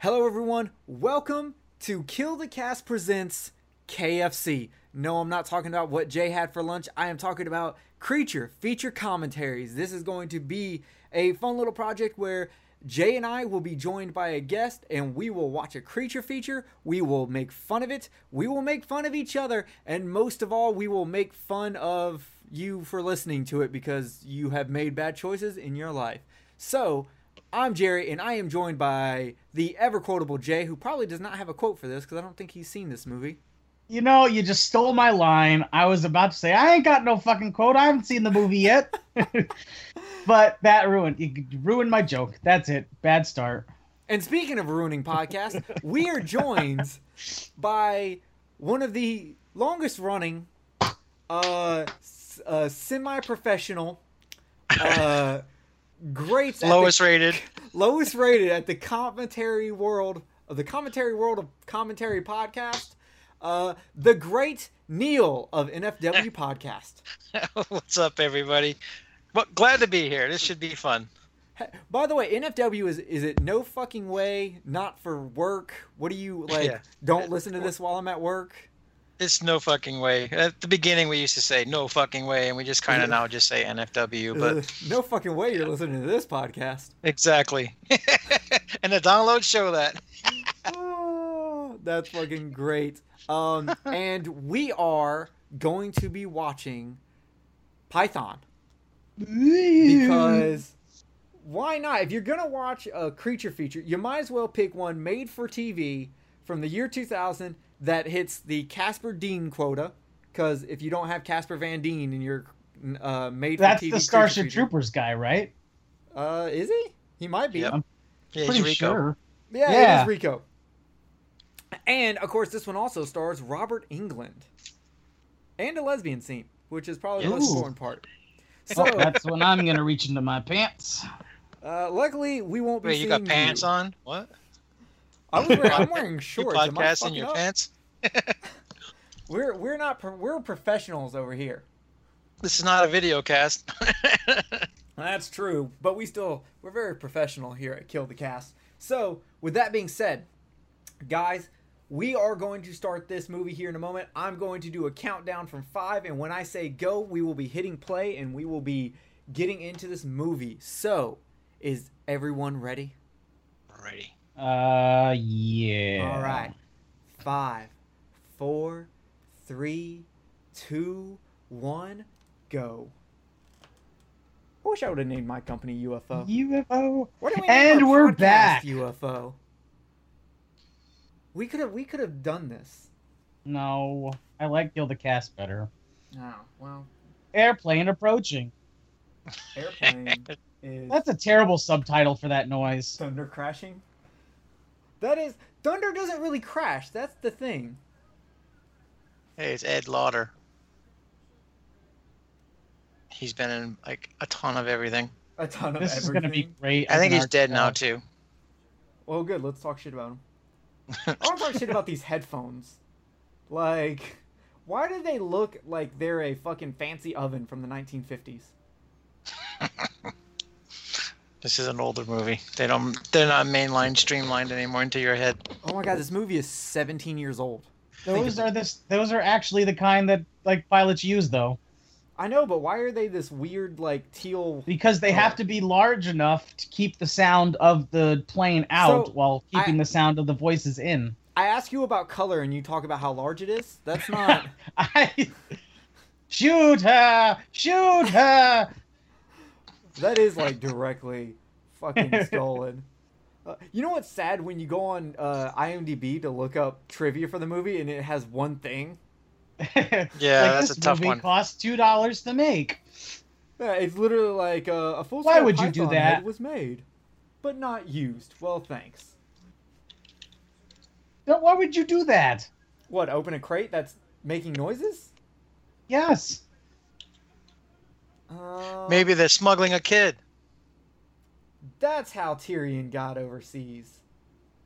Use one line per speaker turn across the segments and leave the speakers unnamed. Hello, everyone. Welcome to Kill the Cast Presents KFC. No, I'm not talking about what Jay had for lunch. I am talking about creature feature commentaries. This is going to be a fun little project where Jay and I will be joined by a guest and we will watch a creature feature. We will make fun of it. We will make fun of each other. And most of all, we will make fun of you for listening to it because you have made bad choices in your life. So, I'm Jerry, and I am joined by the ever quotable Jay, who probably does not have a quote for this because I don't think he's seen this movie.
You know, you just stole my line. I was about to say I ain't got no fucking quote. I haven't seen the movie yet, but that ruined you ruined my joke. That's it. Bad start.
And speaking of ruining podcasts, we are joined by one of the longest running, uh, s- uh semi professional, uh, great at the-
lowest rated.
lowest rated at the commentary world of the commentary world of commentary podcast. Uh, the great Neil of NFW podcast.
What's up, everybody? Well, glad to be here. This should be fun.
Hey, By the way, NFW is is it no fucking way? Not for work. What do you like?
Yeah. Uh,
Don't listen to this while I'm at work.
It's no fucking way. At the beginning, we used to say no fucking way, and we just kind
Ugh.
of now just say NFW.
Ugh,
But
no fucking way you're listening to this podcast.
exactly, and the downloads show that.
Oh, that's fucking great. Um, and we are going to be watching Python. because why not? If you're gonna watch a creature feature, you might as well pick one made for TV from the year 2000 that hits the Casper Dean quota. Because if you don't have Casper Van Deen in your uh, made
that's
for TV,
the Starship
Trooper.
Troopers guy, right?
Uh, is he? He might be.
Yep. Yeah,
Pretty
Rico.
sure.
Yeah, it
Yeah.
is Rico. And of course, this one also stars Robert England, and a lesbian scene, which is probably the most
Ooh.
important part. So,
Oh, that's when I'm gonna reach into my pants.
uh, luckily, we won't be.
Wait, you got
seeing
pants on? What?
I was wearing, I'm wearing
You
shorts. Am I
podcasting
fucking
your
up?
pants?
We're we're not pro- we're professionals over here.
This is not a video cast.
That's true, but we still we're very professional here at Kill the Cast. So, with that being said, guys, we are going to start this movie here in a moment. I'm going to do a countdown from 5 and when I say go, we will be hitting play and we will be getting into this movie. So, is everyone ready?
Alrighty.
Uh, yeah.
All right. Five, four, three, two, one, go. I wish I would have named my company UFO.
UFO.
What do we
And
name our
we're
podcast
back.
UFO. We could have we could have done this.
No, I like Kill the Cast better.
Oh, well,
Airplane approaching.
airplane is
That's a terrible subtitle for that noise.
thunder crashing. That is thunder doesn't really crash. That's the thing.
Hey, it's Ed Lauder. He's been in like a ton of everything.
A ton of
This is
everything.
gonna be great.
I
as
think
an
he's dead now
archive.
too.
Well, good. Let's talk shit about him. I want to talk shit about these headphones. Like, why do they look like they're a fucking fancy oven from the 1950s?
This is an older movie. They don't. They're not mainline streamlined anymore into your head.
Oh my god, this movie is 17 years old.
Those are this. Those are actually the kind that like pilots use though,
I know, but why are they this weird, like, teal?
because they
Oh.
have to be large enough to keep the sound of the plane out
So,
while
I-
keeping the sound of the voices in.
I ask you about color and you talk about how large it is? That's not.
I shoot her, shoot her.
that is, like, directly fucking stolen. Uh, you know what's sad when you go on uh, IMDb to look up trivia for the movie and it has one thing?
Yeah,
Like,
that's
this
a tough
movie
one.
Cost two dollars to make.
Yeah, it's literally like uh, a full.
Why
scale
would you do
Python head
that?
Was made, but not used. Well, thanks.
No, Why would you do that?
What? Open a crate that's making noises?
Yes.
Uh,
Maybe they're smuggling a kid.
that's how Tyrion got overseas.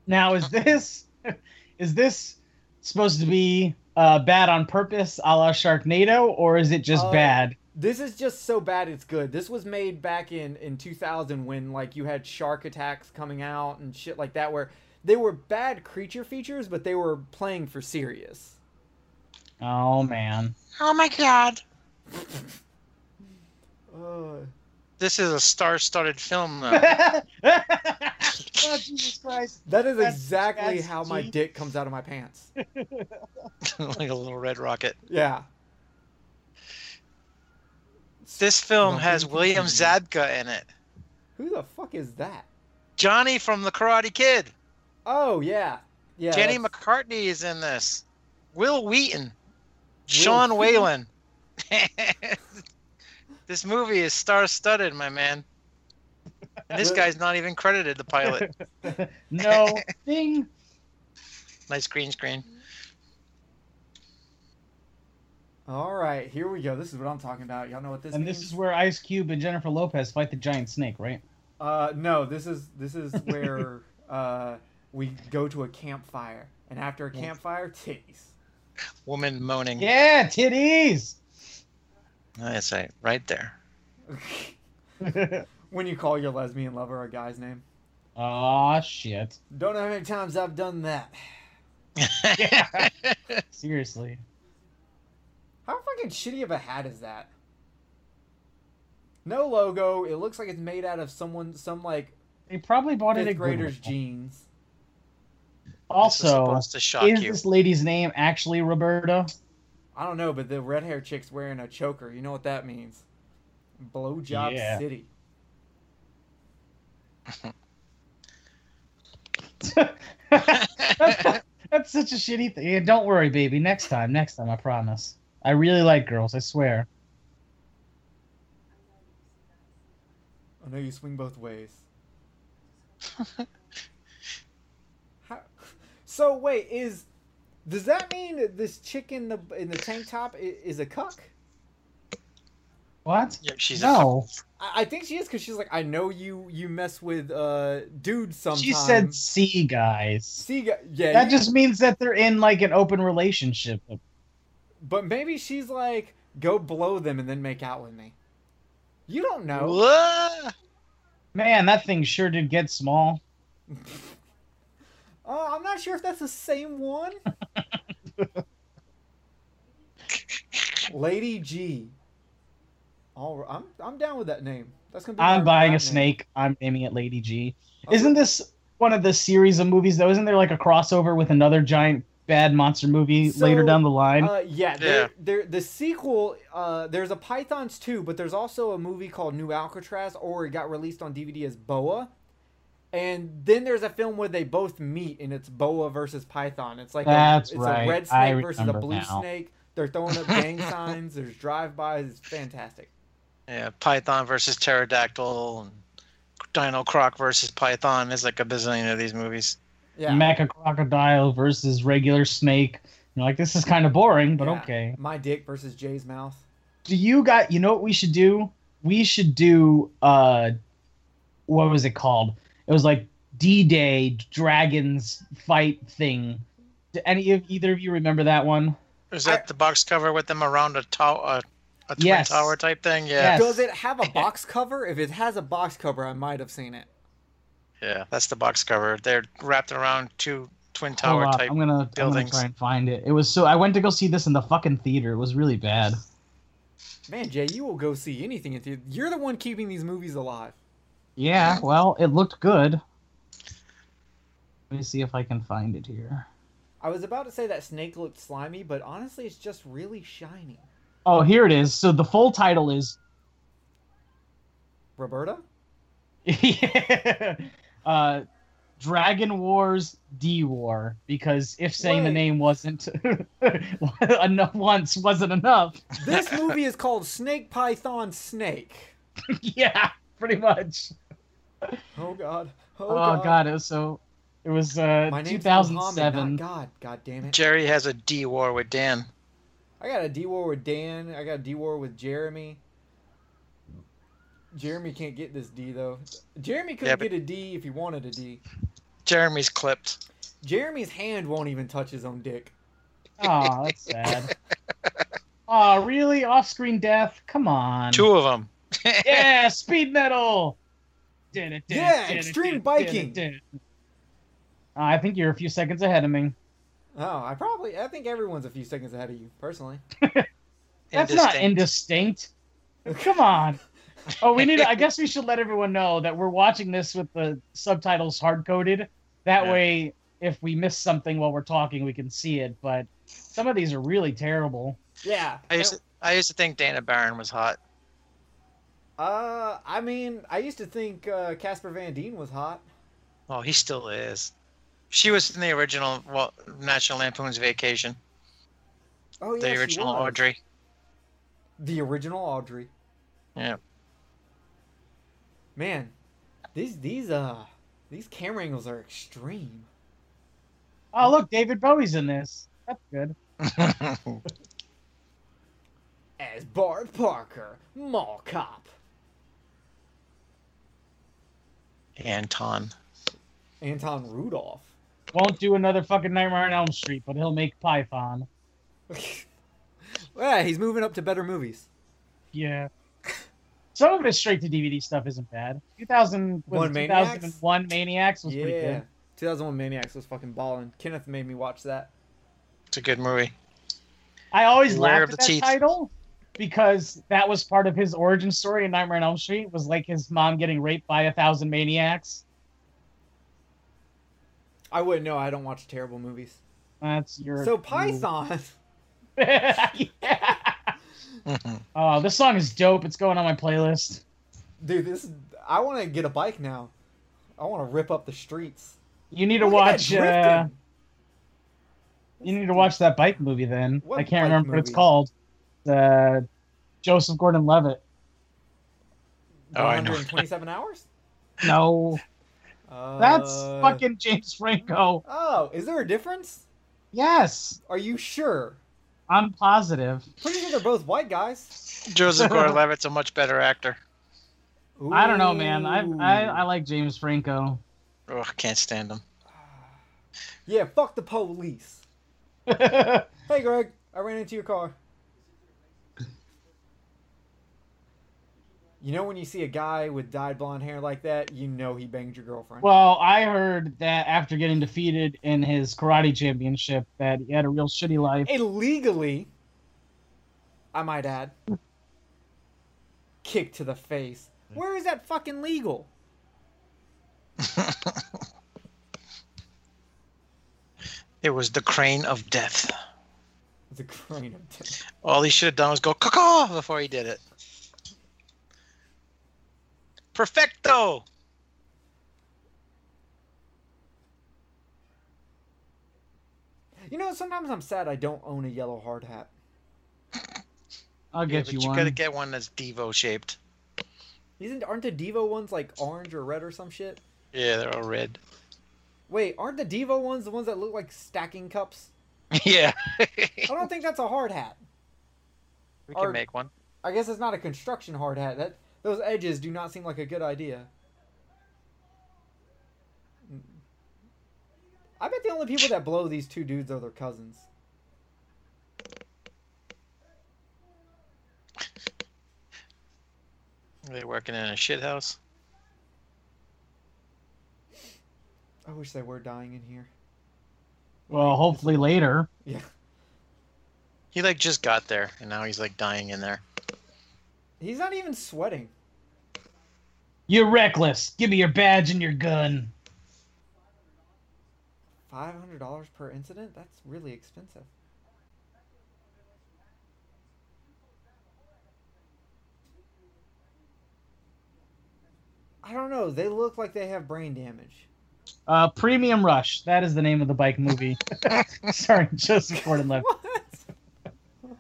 Now is this is this supposed to be uh, bad on purpose, a la Sharknado, or is it just
Uh,
bad?
This is just so bad it's good. This was made back in in 2000 when like you had shark attacks coming out and shit like that where they were bad creature features, but they were playing for serious.
Oh man.
Oh my god.
Uh,
This is a star-studded film, though.
oh Jesus Christ.
that is
That's-
exactly
that's
how my
G.
dick comes out of my pants.
like a little red rocket.
Yeah.
This film
Nothing
has
to
William
see.
Zabka in it.
Who the fuck is that?
Johnny from The Karate Kid.
Oh yeah, yeah.
Jenny
that's-
McCartney is in this. Will Wheaton. Sean Whalen. this movie is star-studded, my man. And this
Well-
guy's not even credited. The pilot.
no thing.
Nice green screen.
All right, here we go. This is what I'm talking about. Y'all know what this
And
means?
this is where Ice Cube and Jennifer Lopez fight the giant snake, right?
Uh, no, this is this is where uh we go to a campfire, and after a
Yes.
campfire, titties.
Woman moaning.
Yeah, titties.
That's right, right there.
when you call your lesbian lover a guy's name,
Aw, shit.
don't know how many times I've done that.
Seriously.
How fucking shitty of a hat is that? No logo. It looks like it's made out of someone, some like
They probably bought it
fifth
at
grader's
Goodwill.
jeans.
this is
Also,
supposed to shock
is
you.
this lady's name actually Roberta?
I don't know, but the red hair chick's wearing a choker. You know what that means? Blowjob
Yeah.
City.
that's, that's such a shitty thing. Yeah, don't worry, baby. Next time, next time, I promise. I really like girls, I swear.
I know you swing both ways. How? So wait, is does that mean that this chick in the in the tank top i- is a cuck?
What?
Yep, she's
no.
I, I think she is because she's like, I know you you mess with uh dudes sometimes.
She said C guys.
See, gu- yeah,
That
you-
just means that they're in like an open relationship.
but maybe she's like, go blow them and then make out with me. You don't
a.
know.
Whoa!
Man, that thing sure did get small.
Uh, I'm not sure if that's the same one. Lady G. All right, I'm I'm down with that name. That's gonna be.
I'm
my
buying a
rap name.
snake. I'm naming it Lady G.
Okay.
Isn't this one of the series of movies though? Isn't there like a crossover with another giant bad monster movie
So,
later down the line?
Uh, yeah, there,
Yeah.
there. The sequel. Uh, there's a Python's two, but there's also a movie called New Alcatraz, or it got released on DVD as Boa. And then there's a film where they both meet, and it's Boa versus Python. It's like
That's
a, it's
right.
a red
I
snake versus a
remember
blue
now.
snake. They're throwing up gang signs. There's drive-bys. It's fantastic.
Yeah, Python versus Pterodactyl and Dino Croc versus Python. There's like a bazillion of these movies.
Yeah.
Mecha crocodile versus regular snake. You're like, this is kind of boring, but
Yeah.
okay.
My dick versus Jay's mouth.
Do you got? You know what we should do? We should do. uh What was it called? It was like D-Day dragons fight thing. Do any of either of you remember that one?
Is that
I-
the box cover with them around a tower, a, a twin
Yes.
tower type thing?
Yes.
Yeah,
Does it have a box cover? If it has a box cover, I might have seen it.
yeah, that's the box cover. They're wrapped around two twin
Hold
tower
on,
type.
I'm gonna, I'm gonna
buildings.
try and find it. It was so I went to go see this in the fucking theater. It was really bad.
Man, Jay, you will go see anything. If you- You're the one keeping these movies alive.
Yeah, well, it looked good. Let me see if I can find it here.
I was about to say that snake looked slimy, but honestly, it's just really shiny.
Oh, here it is. So the full title is
Roberta?
uh, Dragon Wars D War because if saying the
Wait.
name wasn't enough once wasn't enough.
This movie is called Snake Python Snake.
yeah, pretty much.
Oh, God. Oh,
Oh, god. it was so it was uh
My name's
2007.
Muhammad, not God. God damn it.
Jerry has a D war with Dan.
I got a D war with Dan. I got a D war with Jeremy. Jeremy can't get this D though. Jeremy couldn't
Yeah, but-
get a D if he wanted a D.
Jeremy's clipped.
Jeremy's hand won't even touch his own dick.
Oh, that's sad. Oh, really? Off-screen death? Come on.
Two of them.
Yeah, speed metal.
Yeah, extreme biking.
All I think you're a few seconds ahead of me.
Oh, I probably I think everyone's a few seconds ahead of you personally.
That's not indistinct. Come on. Oh, we need. to- I guess we should let everyone know that we're watching this with the subtitles hard coded. That
Yeah.
way, if we miss something while we're talking, we can see it. But some of these are really terrible.
Yeah.
I used to, I used to think Dana Barron was hot.
Uh, I mean, I used to think uh, Casper Van Dien was hot.
Well, he still is. She was in the original well, National Lampoon's Vacation.
Oh yeah,
the
she
original
was.
Audrey.
The original Audrey.
Yeah.
Man, these these uh these camera angles are extreme.
Oh, look, David Bowie's in this. That's good.
As Bart Parker, mall cop,
Anton.
Anton Rudolph.
Won't do another fucking Nightmare on Elm Street, but he'll make Python.
yeah, he's moving up to better movies.
Yeah. Some of his straight to DVD stuff isn't bad. 2000 was
One
it
Maniacs?
2001 Maniacs was pretty
Yeah,
good.
2001 Maniacs was fucking balling. Kenneth made me watch that.
It's a good movie.
I always
Beware
laughed at
of the
that
teeth.
title because that was part of his origin story in Nightmare on Elm Street was like his mom getting raped by a thousand maniacs.
I wouldn't know. I don't watch terrible movies.
That's your
So Python.
yeah. Oh, this song is dope. It's going on my playlist.
Dude, this I want to get a bike now. I want to rip up the streets.
You need to
Look at
watch.
that
Uh,
drifting.
you need to watch that bike movie. Then
What
I can't
bike
remember what it's
movie?
called. Uh, Joseph Gordon-Levitt.
Oh, I know.
127 hours?
No,
Uh,
that's fucking James Franco.
Oh, is there a difference?
Yes,
Are you sure?
I'm positive.
Pretty sure they're both white guys.
Joseph Gordon-Levitt's a much better actor.
I don't know, man. I, I I
Ooh.
like James Franco.
Ugh, Oh, can't stand him.
Yeah, fuck the police.
That's
Hey, Greg, I ran into your car. You know when you see a guy with dyed blonde hair like that, you know he banged your girlfriend.
Well, I heard that after getting defeated in his karate championship, that he had a real shitty life.
illegally, I might add, kick to the face. Where is that fucking legal?
It was the crane of death.
The crane of death.
All he should have done was go caw before he did it. Perfecto.
You know, sometimes I'm sad I don't own a yellow hard hat.
I'll
Yeah,
get
but
you,
you
one.
gotta get one that's Devo shaped.
Isn't aren't the Devo ones like orange or red or some shit?
Yeah, they're all red.
Wait, aren't the Devo ones the ones that look like stacking cups?
yeah,
I
we
don't think that's a hard hat.
can
Or-
make one.
I guess it's not a construction hard hat. That those edges do not seem like a good idea. I bet the only people that blow these two dudes are their cousins.
Are they working in a shit house?
I wish they were dying in here.
well, hopefully later.
Yeah.
He like just got there, and now he's like dying in there.
He's not even sweating.
You're reckless. Give me your badge and your gun.
Five hundred dollars per incident? That's really expensive. I don't know. They look like they have brain damage.
Uh, Premium Rush. That is the name of the bike movie. Sorry, Joseph Gordon-Levitt.
What?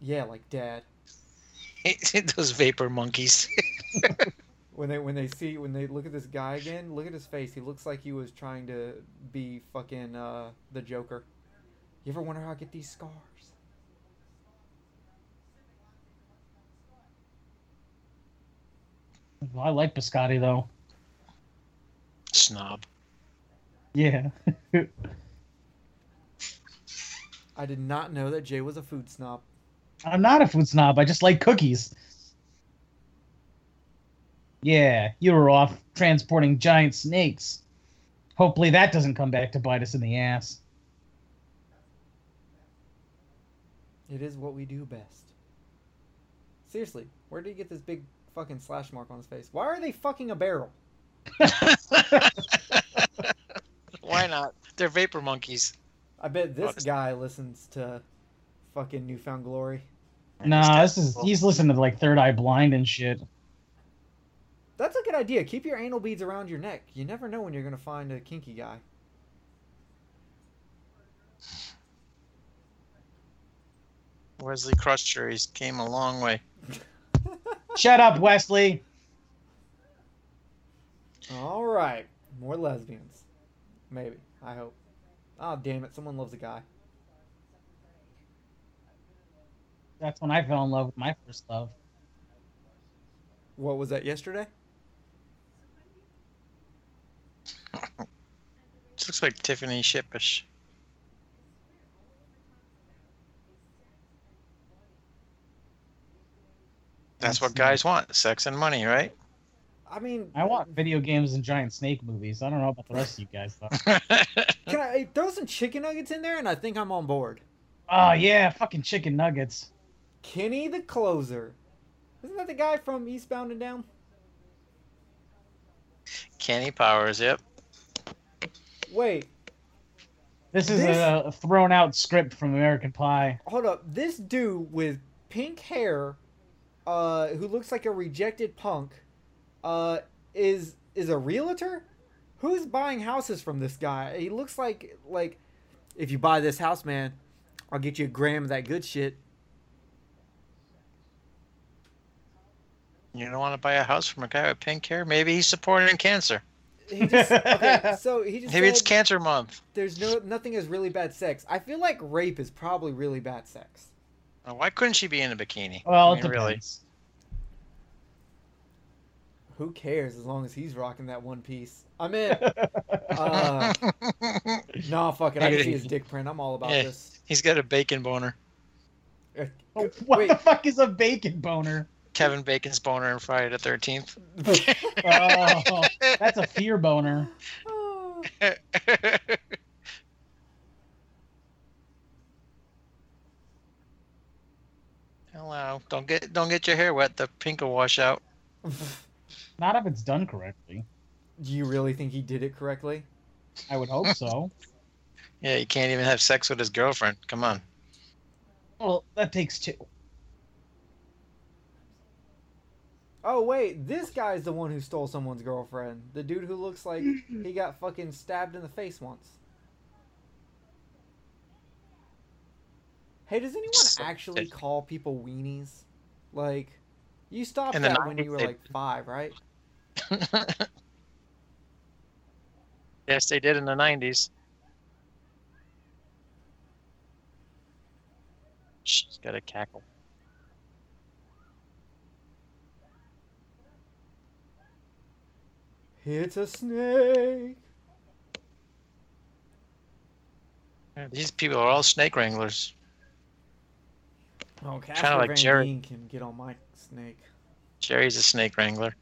yeah, like dad.
Those vapor monkeys.
When they when they see when they look at this guy again, look at his face. He looks like he was trying to be fucking uh, the Joker. You ever wonder how I get these scars?
Well, I like Biscotti though.
Snob.
Yeah.
I did not know that Jay was a food snob.
I'm not a food snob. I just like cookies. Yeah, you were off transporting giant snakes. Hopefully that doesn't come back to bite us in the ass.
It is what we do best. Seriously, where did he get this big fucking slash mark on his face? Why are they fucking a barrel?
Why not? They're vapor monkeys.
I bet this
Honest-
guy listens to fucking Newfound Glory.
Nah, this is he's listening to like Third Eye Blind and shit.
That's a good idea. Keep your anal beads around your neck. You never know when you're gonna find a kinky guy.
Wesley Crusher, he's came a long way.
Shut up, Wesley.
All right, more lesbians. Maybe. I hope. Oh damn it! Someone loves a guy.
That's when I fell in love with my first love.
What was that yesterday?
This looks like Tiffany Shippish. That's what guys want sex and money, right?
I mean,
I want video games and giant snake movies. I don't know about the rest of you guys though.
Can I throw some chicken nuggets in there? And I think I'm on board.
Oh yeah, fucking chicken nuggets.
Kenny the closer. Isn't that the guy from Eastbound and Down?
Kenny Powers, yep.
Wait,
This is a, a thrown out script from American Pie.
hold up. This dude with pink hair, uh, who looks like a rejected punk, uh, is is a realtor. Who's buying houses from this guy? He looks like like, if you buy this house, man, I'll get you a gram of that good shit.
You don't want to buy a house from a guy with pink hair? Maybe he's supporting cancer.
He just, okay, so he just
Maybe it's
said
cancer month.
there's no nothing is really bad sex. I feel like rape is probably really bad sex.
Uh, Why couldn't she be in a bikini?
Well,
I
it
mean, really.
depends.
Who cares as long as he's rocking that one piece? I'm in. Uh, nah, fuck it. I can see his dick print. I'm all about
Yeah.
this.
he's got a bacon boner.
Eh,
Oh, what
Wait.
the fuck is a bacon boner?
Kevin Bacon's boner on Friday the 13th.
Oh, that's a fear boner.
oh.
Hello. Don't get don't get your hair wet. The pink will wash out.
Not if it's done correctly.
Do you really think he did it correctly?
I would hope so.
Yeah, you can't even have sex with his girlfriend. Come on.
Well, that takes two.
Oh wait, this guy's the one who stole someone's girlfriend. The dude who looks like he got fucking stabbed in the face once. Hey, does anyone
So-
actually call people weenies? Like, you stopped
In the
that when
90s,
you were
they-
like five, right?
yes, they did in the 90s. She's got a cackle.
It's a snake.
Yeah, These people are all snake wranglers.
Oh, Casper
like
Van
Jerry.
Dien can get on my snake.
Jerry's a snake wrangler.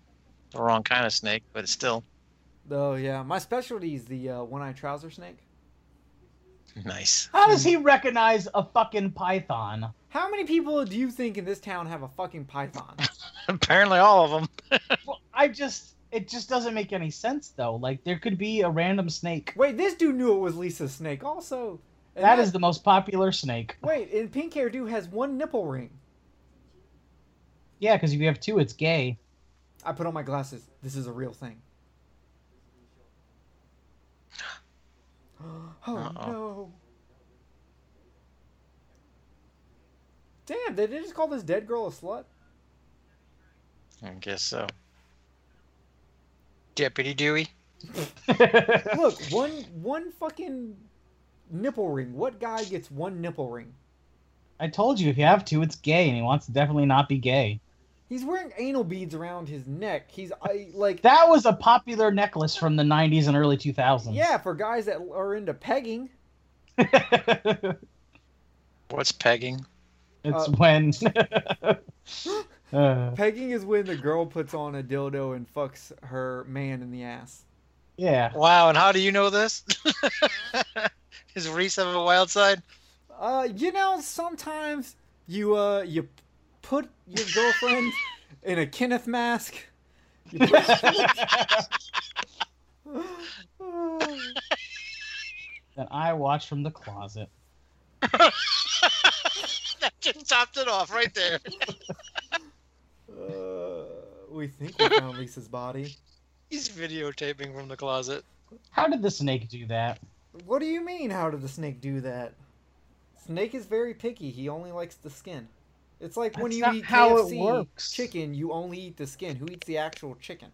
The wrong kind of snake, but still
Though, Oh, yeah, my specialty is the uh, one-eyed trouser snake.
nice.
How does he recognize a fucking python?
How many people do you think in this town have a fucking python?
Apparently, all of them.
Well, I just it just doesn't make any sense though. Like there could be a random snake.
Wait, this dude knew it was Lisa's snake also. And
That is the most popular snake.
Wait, and pink hair dude has one nipple ring.
Yeah, because if you have two, it's gay.
I put on my glasses. This is a real thing. oh
Uh-oh.
no. Damn, did they just call this dead girl a slut?
I guess so. Deputy Dewey.
Look, one one fucking nipple ring. What guy gets one nipple ring?
I told you if you have two, it's gay, and he wants to definitely not be gay.
He's wearing anal beads around his neck. He's I like
That was a popular necklace from the '90s and early 2000s.
yeah, for guys that are into pegging.
What's pegging?
it's
Uh,
when. uh,
Pegging is when the girl puts on a dildo and fucks her man in the ass.
Yeah.
Wow, and how do you know this? Is Reese have a wild side?
Uh, you know, sometimes you uh you put your girlfriend in a Kenneth mask. Uh, You put-
That I watch from the closet.
That just topped it off right there.
Uh, we think we found Lisa's body.
He's videotaping from the closet.
How did the snake do that?
What do you mean? How did the snake do that? Snake is very picky. He only likes the skin. It's like when
That's
you
not
eat
how it
KFC
works.
chicken, you only eat the skin. Who eats the actual chicken?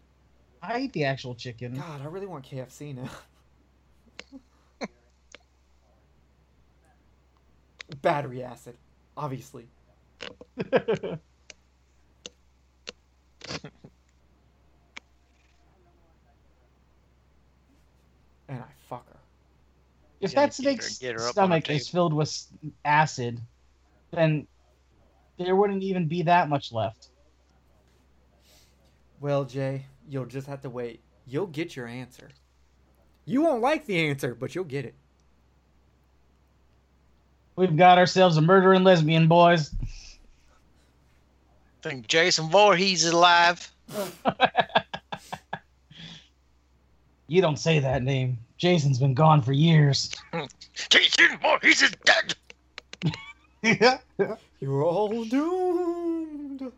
I ate the actual chicken.
God, I really want KFC now. Battery acid, obviously. And I fuck her.
if
Yeah,
that
get her-
snake's
get her up on the
stomach is
table.
filled with s- acid, then there wouldn't even be that much left.
Well, Jay, you'll just have to wait. You'll get your answer. You won't like the answer, but you'll get it.
We've got ourselves a murdering lesbian, boys.
Think Jason Voorhees is alive.
You don't say that name. Jason's been gone for years.
Jason Voorhees is dead.
You're all doomed.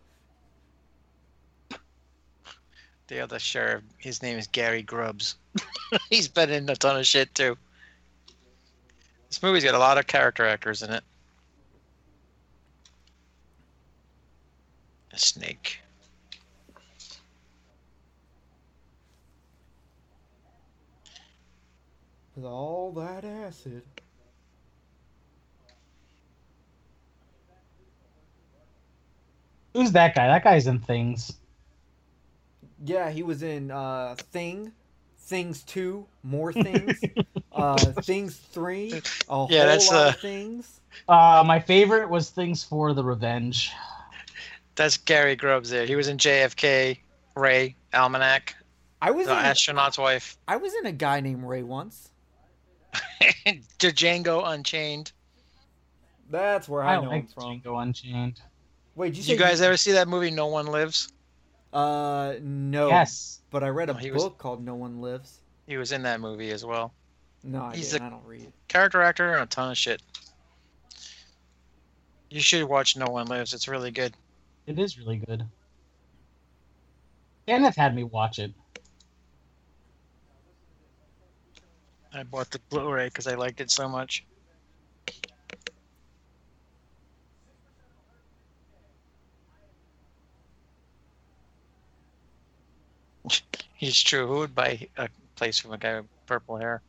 The other sheriff, his name is Gary Grubbs. He's been in a ton of shit too. This movie's got a lot of character actors in it. A snake.
With all that acid.
Who's that guy? That guy's in things.
Yeah, he was in uh Thing, Things Two, More Things, uh Things Three, a
Yeah,
whole
that's,
lot
uh,
of things.
Uh, my favorite was Things for the Revenge.
That's Gary Grubbs there. He was in JFK, Ray, Almanac,
I was
The
in a,
Astronaut's Wife,
I was in a guy named Ray once.
Django Unchained.
That's where I,
I
know him
like
from.
Django Unchained.
Wait, did you
Did
say
you guys ever see that movie No One Lives?
Uh, no.
Yes.
But I read a
No, he
book
was-
called No One Lives.
He was in that movie as well.
No, I
He's
didn't. I I don't read.
Character actor and a ton of shit. You should watch No One Lives. It's really good.
It is really good. Kenneth had me watch it.
I bought the Blu-ray because I liked it so much. It's true. Who would buy a place from a guy with purple hair?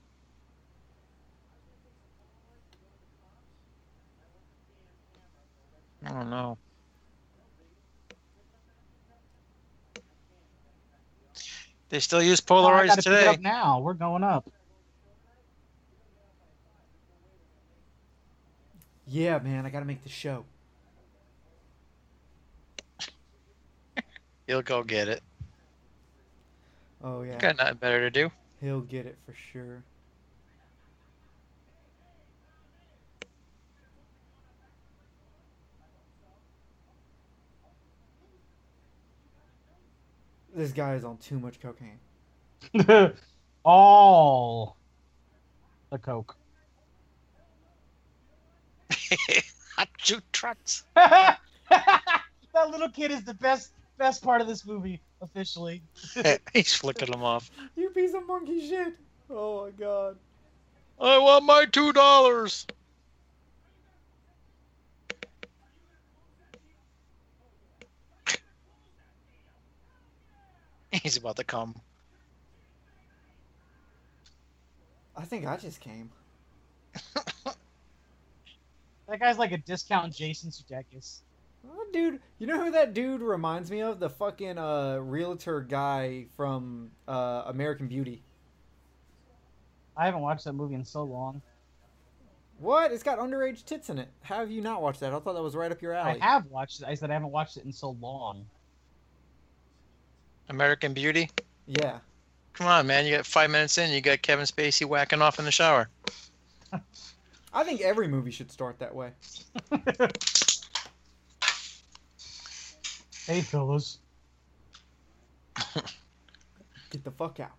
I don't know. They still use
Oh, I
Polaroids
gotta pick it
today.
up now. We're going up.
Yeah, man, I gotta make the show.
You'll go get it.
Oh yeah,
Got nothing better to do.
he'll get it for sure. This guy is on too much cocaine.
All the coke.
Hot shoot trucks.
that little kid is the best best part of this movie officially.
He's flicking them off.
You piece of monkey shit! Oh my god.
I want my two dollars. He's about to come.
I think I just came.
That guy's like a discount Jason Sudeikis.
Oh, dude, you know who that dude reminds me of? The fucking uh, realtor guy from uh, American Beauty.
I haven't watched that movie in so long.
What? It's got underage tits in it. How have you not watched that? I thought that was right up your alley.
I have watched it. I said I haven't watched it in so long.
American Beauty.
Yeah.
Come on, man. You got five minutes in. You got Kevin Spacey whacking off in the shower.
I think every movie should start that way.
Hey, fellas.
Get the fuck out.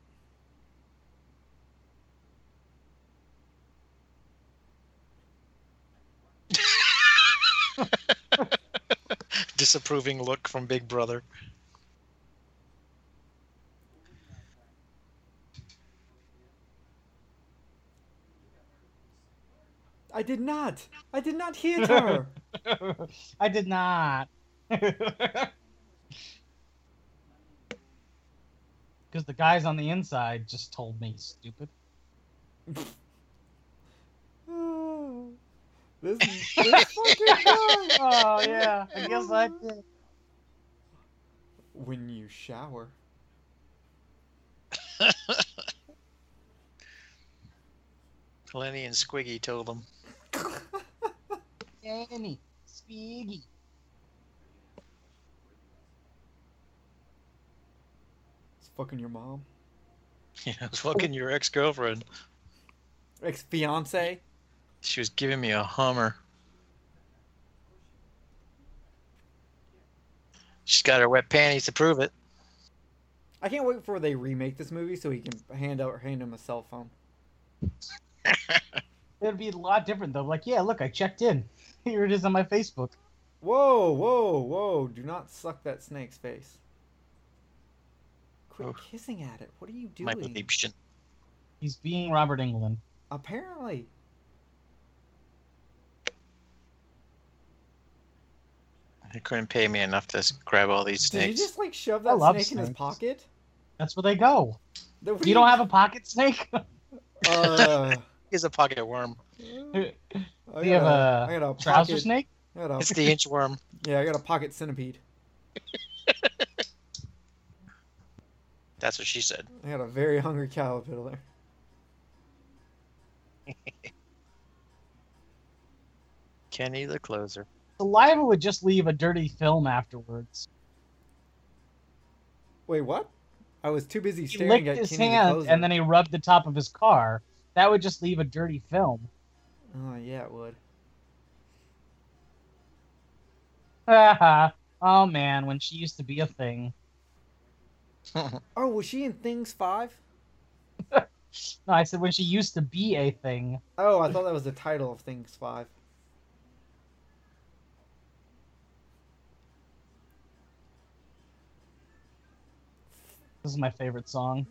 Disapproving look from Big Brother.
I did not. I did not hit her.
I did not. Because the guys on the inside just told me, stupid.
Oh. this, this fucking guy.
Oh, yeah. I guess I did.
When you shower.
Lenny and Squiggy told him.
Danny, Spiggy.
It's fucking your mom.
Yeah, I was fucking your ex girlfriend.
Ex fiance.
She was giving me a hummer. She's got her wet panties to prove it.
I can't wait for they remake this movie so he can hand out hand him a cell phone.
It'd be a lot different, though. Like, yeah, look, I checked in. Here it is on my Facebook.
Whoa, whoa, whoa! Do not suck that snake's face. Quit
Oof.
kissing at it. What are you
My
doing?
bleeption.
He's being Robert England.
Apparently.
They couldn't pay me enough to s- grab all these
Did you
snakes.
just like shove
I
that
love
snake in his
snakes.
pocket?
That's where they go.
The-
You don't have a pocket snake?
Uh,
He's a pocket worm.
I
you
got
have a,
I got a
trouser
pocket,
snake?
I got
It's
a,
the inchworm.
yeah, I got a pocket centipede.
That's what she said.
I got a very hungry caterpillar.
Kenny the closer.
Saliva would just leave a dirty film afterwards.
Wait, what? I was too busy
He
staring
licked
at
his
Kenny the
hand
Closer.
and then he rubbed the top of his car. That would just leave a dirty film.
Oh yeah, it would.
oh man, when she used to be a thing.
Oh, was she in Things Five?
No, I said when she used to be a thing.
Oh, I thought that was the title of Things Five.
This is my favorite song.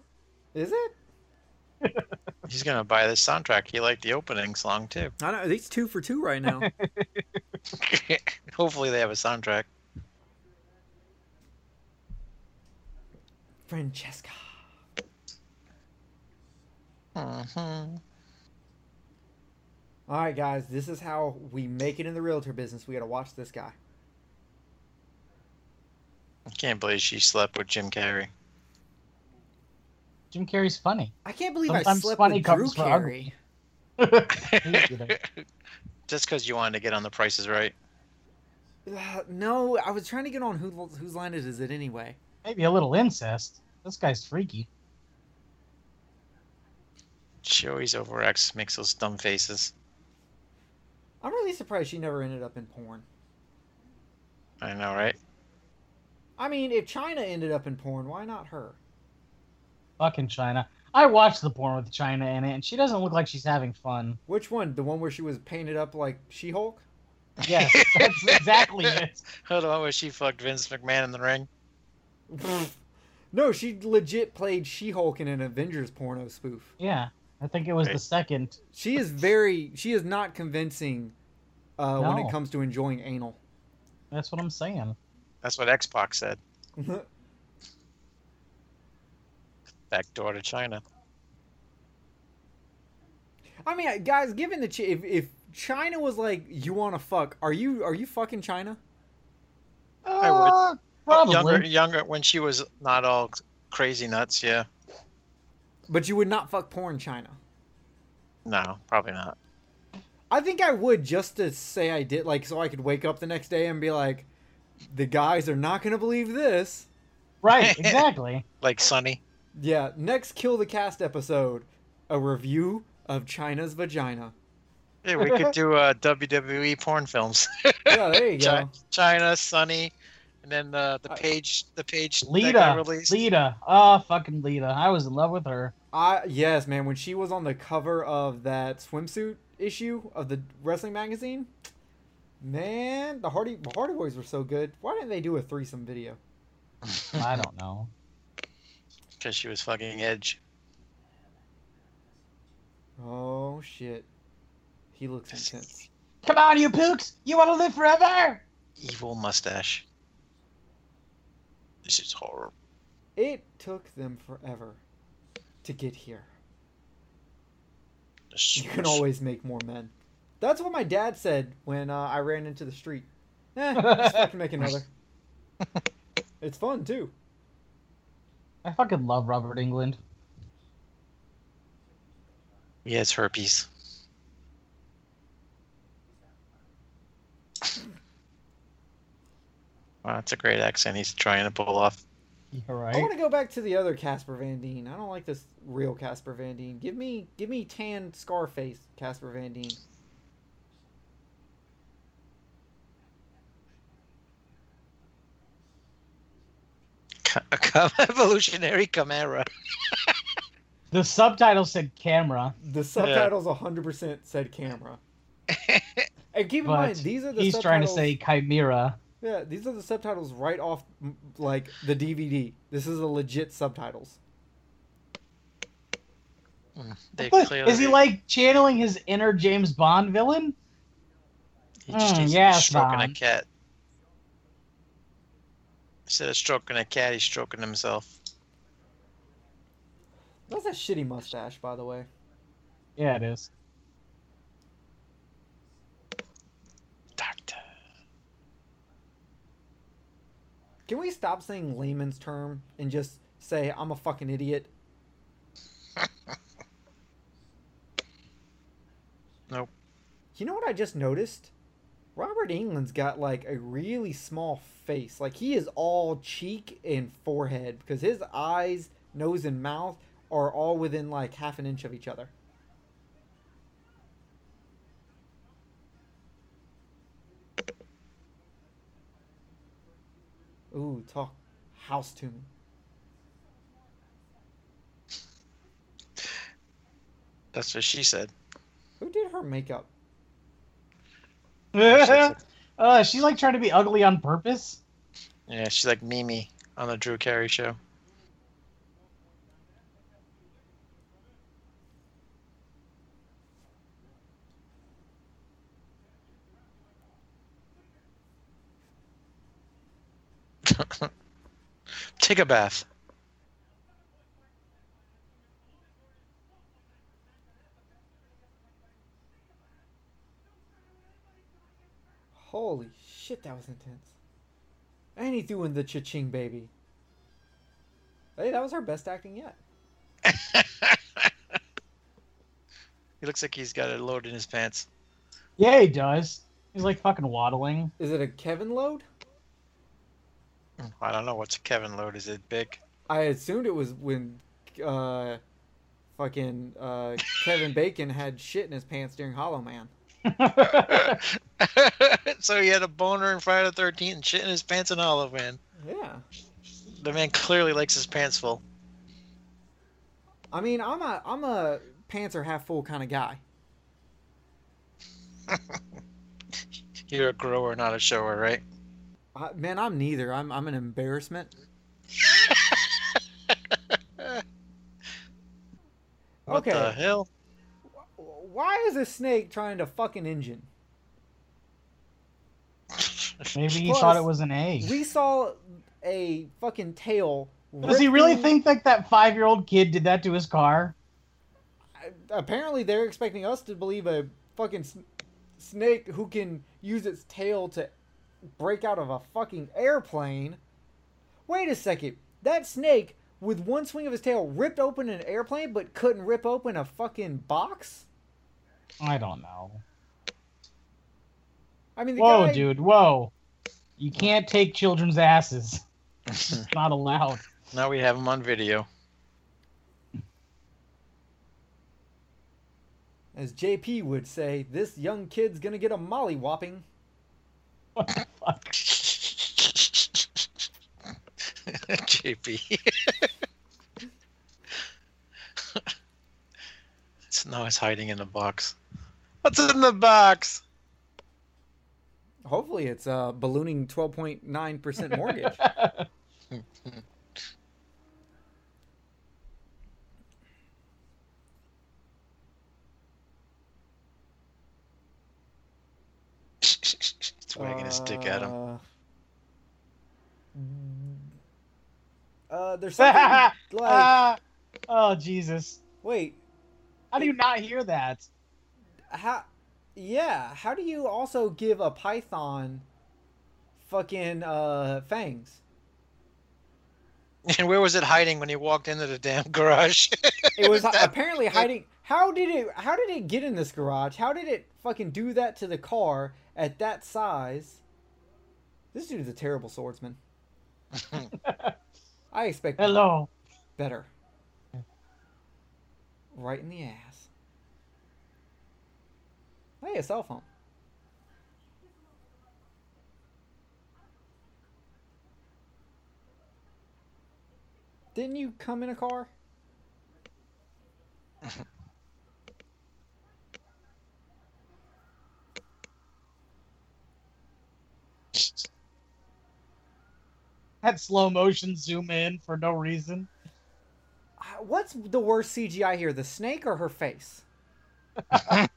Is it?
He's gonna buy this soundtrack. He liked the opening song too.
I don't know. These two for two right now.
Hopefully they have a soundtrack.
Francesca.
Mhm.
All right, guys, this is how we make it in the realtor business. We got to watch this guy.
I can't believe she slept with Jim Carrey.
Jim Carrey's funny.
I can't believe I
Sometimes
slept
funny
with Drew
comes from ugly.
Carey.
Just because you wanted to get on the prices right.
Ugh, Uh, no, I was trying to get on who, whose line it is it anyway.
Maybe a little incest. This guy's freaky.
She always overacts, makes those dumb faces.
I'm really surprised she never ended up in porn.
I know, right?
I mean, if China ended up in porn, why not her?
Fucking China. I watched the porn with China in it, and she doesn't look like she's having fun.
Which one? The one where she was painted up like She Hulk?
Yes, that's exactly it.
Hold on, where she fucked Vince McMahon in the ring.
no, she legit played She Hulk in an Avengers porno spoof.
Yeah, I think it was the
Right.
second.
She is very, she is not convincing uh, when it
No.
comes to enjoying anal.
That's what I'm saying.
That's what X Pac said. Back door to China.
I mean, guys, given the ch- if, if China was like, you want to fuck, are you are you fucking China?
I
Uh,
would.
Probably.
Younger, younger, when she was not all crazy nuts, yeah.
But you would not fuck porn China.
No, probably not.
I think I would just to say I did, like, so I could wake up the next day and be like, the guys are not gonna believe this.
Right, exactly.
Like Sonny.
Yeah, next Kill the Cast episode, a review of China's vagina.
Yeah, we could do uh, WWE porn films.
Yeah, there you
Chi-
go.
China, Sunny, and then uh, the
I-
page, the page that got
Lita,
released.
Lita, ah, fucking Lita. I was in love with her.
I yes, man, when she was on the cover of that swimsuit issue of the wrestling magazine, man, the Hardy the Hardy Boys were so good. Why didn't they do a threesome video?
I don't know.
because she was fucking Edge.
Oh shit. He looks intense.
Come on, you pooks! You want to live forever?
Evil mustache. This is horror.
It took them forever to get here.
This
You can
is-
always make more men. That's what my dad said when uh, I ran into the street. Eh, just fucking make another. It's fun too.
I fucking love Robert England.
He has herpes. Wow, that's a great accent he's trying to pull off.
All
I
right.
want to go back to the other Casper Van Dien. I don't like this real Casper Van Dien. Give me, give me tan Scarface Casper Van Dien.
Co- a co- Evolutionary Chimera.
The subtitle said camera.
The subtitles 100% said camera. and keep in
But
mind, these are the
He's trying to
subtitles-
say chimera.
yeah, these are the subtitles right off m- like the DVD. This is the legit subtitles.
They
But
clearly-
is he like channeling his inner James Bond villain?
He just
Mm,
he's
yeah,
stroking a
Sam.
cat. Instead of stroking a cat, he's stroking himself.
That's a shitty mustache, by the way.
Yeah, it is.
Doctor.
Can we stop saying layman's term and just say I'm a fucking idiot?
Nope.
You know what I just noticed? Robert England's got like a really small face. Like he is all cheek and forehead because his eyes, nose, and mouth are all within like half an inch of each other. Ooh, talk house to me.
That's what she said.
Who did her makeup?
uh, she's like trying to be ugly on purpose.
Yeah, she's like Mimi on the Drew Carey show. Take a bath.
Holy shit, that was intense. And he threw in the cha-ching baby. Hey, that was her best acting yet.
He looks like he's got a load in his pants.
Yeah, he does. He's like fucking waddling.
Is it a Kevin load?
Hmm, I don't know what's a Kevin load. Is it big?
I assumed it was when uh fucking uh Kevin Bacon had shit in his pants during Hollow Man.
so he had a boner in Friday the Thirteenth and shit in his pants and all of man.
Yeah.
The man clearly likes his pants full.
I mean, I'm a I'm a pants are half full kind of guy.
You're a grower, not a shower, right?
I, man, I'm neither. I'm I'm an embarrassment.
What the
okay.
hell?
Why is a snake trying to fuck an engine?
Maybe he
Plus-
thought it was an egg.
We saw a fucking tail.
Does he really
ripping-
think that that five-year-old kid did that to his car?
Apparently, they're expecting us to believe a fucking sn- snake who can use its tail to break out of a fucking airplane. Wait a second. That snake, with one swing of his tail, ripped open an airplane but couldn't rip open a fucking box?
I don't know.
I mean, the
Whoa,
guy.
dude, whoa! You can't take children's asses. It's not allowed.
now we have him on video.
As JP would say, this young kid's gonna get a molly whopping.
What the fuck?
JP. so now it's hiding in the box. What's in the box?
Hopefully, it's uh, ballooning 12.9% mortgage.
it's wagging his stick at him.
Uh, Uh, there's something like
Ah! oh Jesus!
wait,
How do you not hear that?
how? Yeah, how do you also give a python fucking uh fangs?
And where was it hiding when he walked into the damn garage?
It was
That-
apparently hiding. How did it? How did it get in this garage? How did it fucking do that to the car at that size? This dude's a terrible swordsman. I expect
Hello.
better. Right in the ass. Hey, a cell phone. Didn't you come in a car?
That slow motion zoom in for no reason.
Uh, What's the worst CGI here? The snake or her face?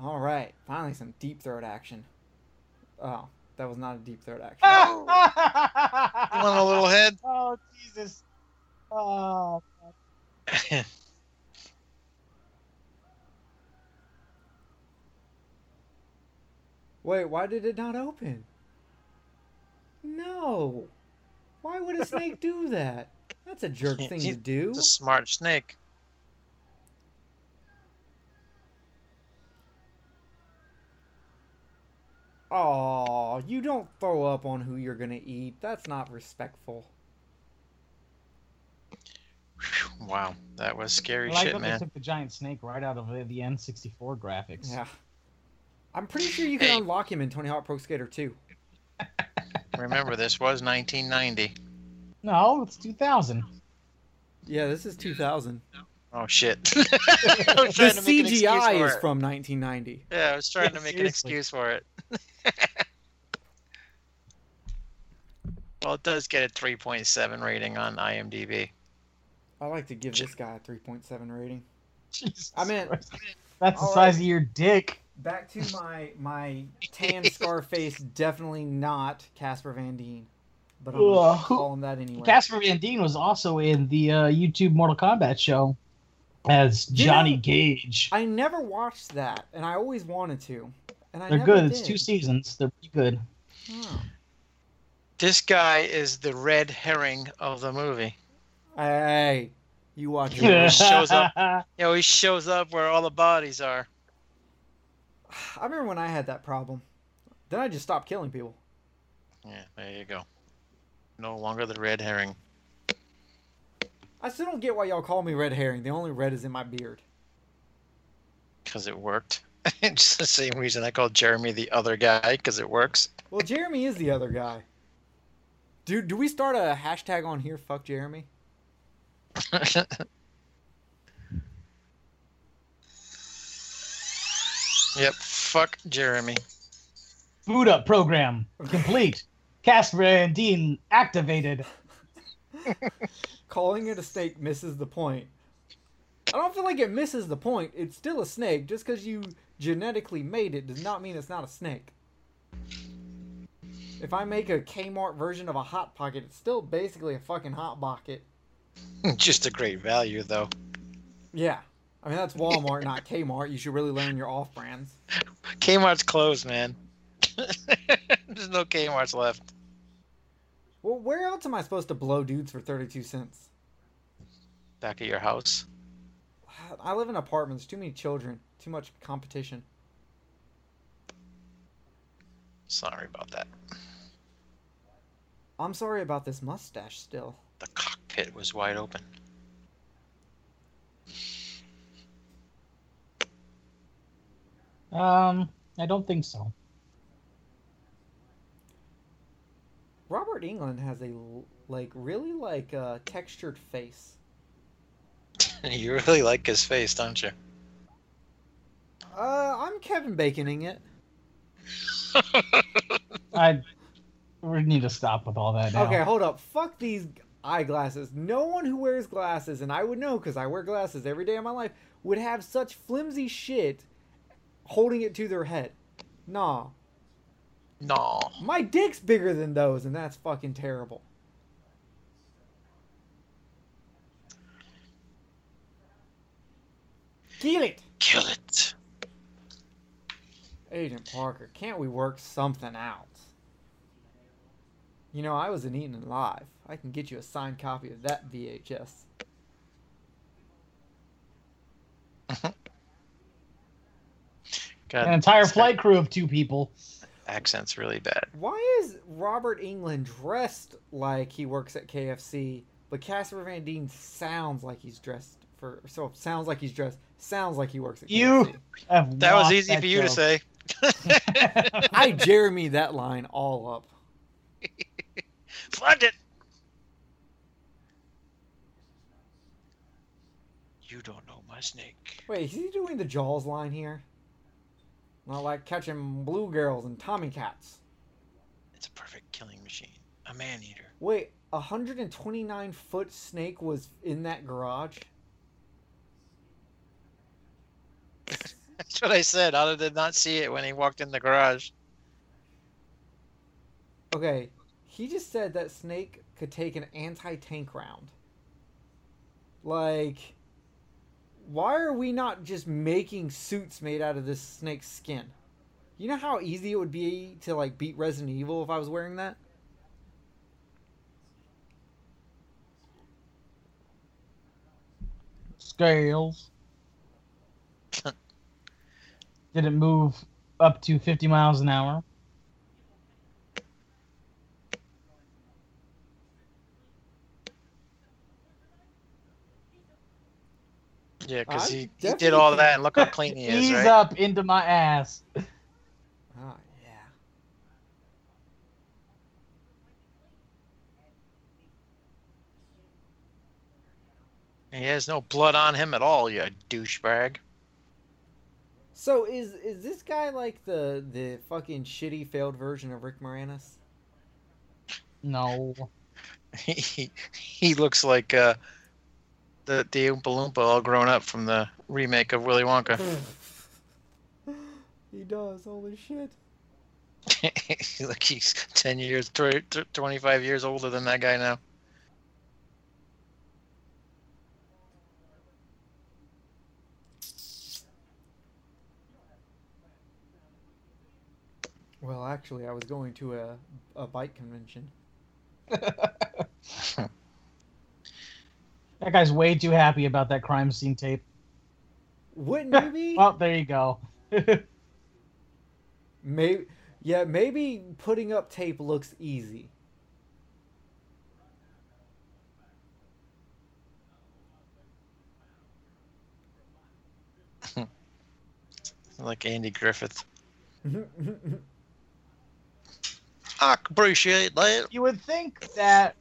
All right, finally some deep throat action. Oh, that was not a deep throat action.
Oh. You want a little head?
Oh Jesus! Oh,
Wait, why did it not open? No. Why would a snake do that? That's a jerk thing to
He's
do.
It's a smart snake.
Aw, you don't throw up on who you're gonna eat. That's not respectful.
Phew, Wow, that was
I
scary
like
shit,
that
man.
they took the giant snake right out of the, the N64 graphics.
Yeah. I'm pretty sure you can
Hey.
unlock him in Tony Hawk Pro Skater 2.
Remember, this was 1990.
No, it's 2000.
Yeah, this is 2000.
Oh shit! I was
The
trying to make an excuse
CGI
for
is
it.
from 1990.
Yeah, I was trying
Yeah,
to make an
seriously.
excuse for it. well, it does get a 3.7 rating on IMDb.
I like to give this guy a 3.7 rating.
Jesus
I meant-
Christ. that's the
All
size of your dick.
Back to my my tan Scarface, definitely not Casper Van Dien, but I'm gonna
Ugh.
call him that anyway.
Casper Van Dien was also in the uh, YouTube Mortal Kombat show as
You
Johnny
know-
Cage.
I never watched that, and I always wanted to, and I
They're
never
good.
Did.
It's two seasons. They're pretty good.
Oh.
This guy is the red herring of the movie.
Hey, you watch it.
Yeah. shows up. You know, he shows up where all the bodies are.
I remember when I had that problem. Then I just stopped killing people.
Yeah, there you go. No longer the red herring.
I still don't get why y'all call me red herring. The only red is in my beard.
because it worked. It's the same reason I called Jeremy the other guy because it works.
Well, Jeremy is the other guy. Dude, do we start a hashtag on here? Fuck Jeremy.
yep, fuck Jeremy.
Food up program complete. Casper Van Dien activated.
Calling it a snake misses the point. I don't feel like it misses the point. It's still a snake. Just because you genetically made it does not mean it's not a snake. If I make a Kmart version of a hot pocket, it's still basically a fucking hot pocket.
Just a great value though.
Yeah. I mean, that's Walmart, not Kmart. You should really learn your off brands.
Kmart's closed, man. There's no Kmart's left.
Well, where else am I supposed to blow dudes for 32 cents?
Back at your house.
I live in apartments. Too many children. Too much competition.
Sorry about that.
I'm sorry about this mustache still.
The cockpit was wide open.
Um, I don't think so.
Robert England has a like really like uh, textured face.
you really like his face, don't you?
Uh, I'm Kevin Baconing it.
I we need to stop with all that. Now.
Okay, hold up. Fuck these eyeglasses. No one who wears glasses, and I would know because I wear glasses every day of my life, would have such flimsy shit holding it to their head. Nah.
No.
My dick's bigger than those, and that's fucking terrible. Kill it!
Kill it.
Agent Parker, can't we work something out? You know, I was in Eaton Live. I can get you a signed copy of that VHS.
God,
An entire
this
flight crew of two people.
Accent's really bad.
Why is Robert England dressed like he works at KFC, but Casper Van Dien sounds like he's dressed for so sounds like he's dressed sounds like he works at
You-
KFC.
I've
That was
lost
easy
that
for you to
joke.
say.
I Jeremy that line all up.
Flood it. You don't know my snake.
Wait, is he doing the Jaws line here? Not like catching blue girls and Tommy cats.
It's a perfect killing machine. A man eater.
Wait, a 129 foot snake was in that garage?
That's what I said. Otto did not see it when he walked in the garage.
Okay, he just said that Snake could take an anti tank round. Like, why are we not just making suits made out of this snake's skin? You know how easy it would be to like beat Resident Evil if I was wearing that?
Scales. Did it move up to 50 miles an hour?
Yeah, because
I
he, he
definitely
did all
think-
that and look how clean he is,
Ease
right?
up into my ass.
Oh, yeah.
He has no blood on him at all, you douchebag.
So is is this guy like the the fucking shitty failed version of Rick Moranis?
No.
he he looks like uh, the the Oompa Loompa all grown up from the remake of Willy Wonka.
he does. Holy shit.
like he's ten years, tw- tw- twenty five years older than that guy now.
Well, actually, I was going to a a bike convention.
That guy's way too happy about that crime scene tape.
Wouldn't you be?
Well, there you go.
maybe, yeah, maybe putting up tape looks easy.
Like Andy Griffith. I appreciate that.
you would think that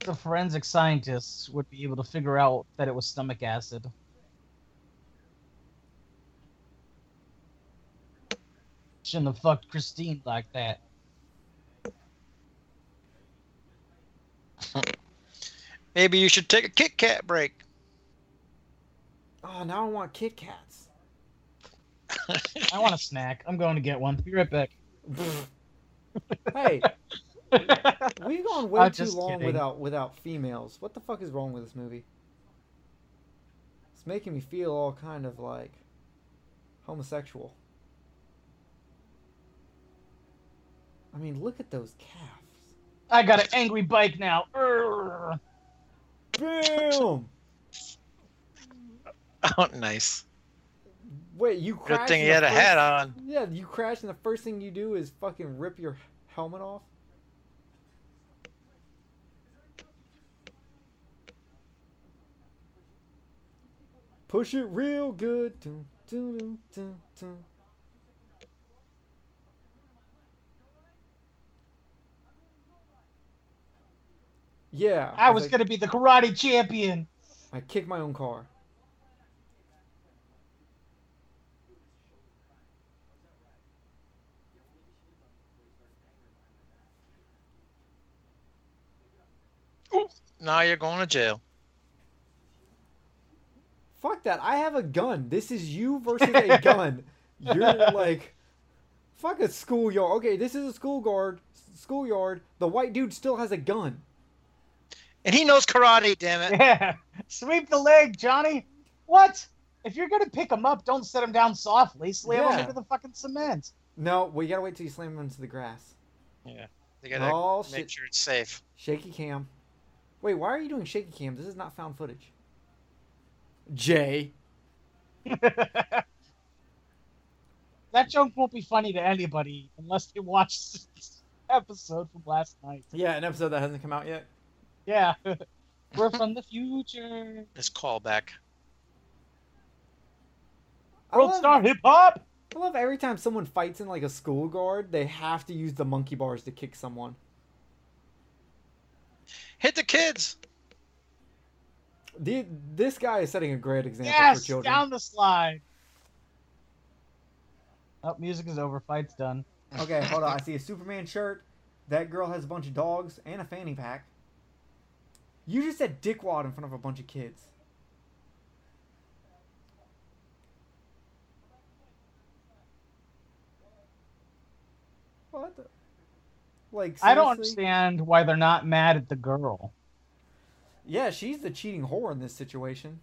the forensic scientists would be able to figure out that it was stomach acid. Shouldn't have fucked Christine like that.
Maybe you should take a Kit Kat break.
oh, now I want Kit Kats.
I want a snack. I'm going to get one. Be right back.
hey, we've gone way
I'm
too
just
long
kidding.
without without females. What the fuck is wrong with this movie? It's making me feel all kind of like homosexual. I mean, look at those calves.
I got an angry bike now. Urgh.
Boom!
Oh, nice.
Wait, you crashed.
Good thing
in
he
the
had a
first-
hat on.
Yeah, you crash, and the first thing you do is fucking rip your helmet off. Push it real good. Dun, dun, dun, dun, dun. Yeah.
I was
like-
gonna be the karate champion.
I kicked my own car.
Now you're going to jail.
Fuck that. I have a gun. This is you versus a gun. You're like, fuck a schoolyard. Okay, this is a school guard, schoolyard. The white dude still has a gun.
And he knows karate, damn it.
Yeah. Sweep the leg, Johnny. What? If you're gonna pick him up, don't set him down softly. Slam
Yeah.
him into the fucking cement.
No, we gotta wait till you slam him into the grass.
You gotta
oh
make
shit!
sure it's safe.
Shaky cam. Wait, why are you doing shaky cam? This is not found footage. Jay.
that joke won't be funny to anybody unless they watch this episode from last night.
Yeah, an episode that hasn't come out yet.
Yeah. We're from the future.
This callback.
I
World
love,
Star Hip Hop.
I love every time someone fights in like a school guard, they have to use the monkey bars to kick someone.
Hit the kids.
The, this guy is setting a great example for
Yes,
children.
down the slide. Oh, music is over. Fight's done.
Okay, hold on. I see a Superman shirt. That girl has a bunch of dogs and a fanny pack. You just said dickwad in front of a bunch of kids. What? The? Like
I don't
seriously?
understand why they're not mad at the girl.
Yeah, she's the cheating whore in this situation.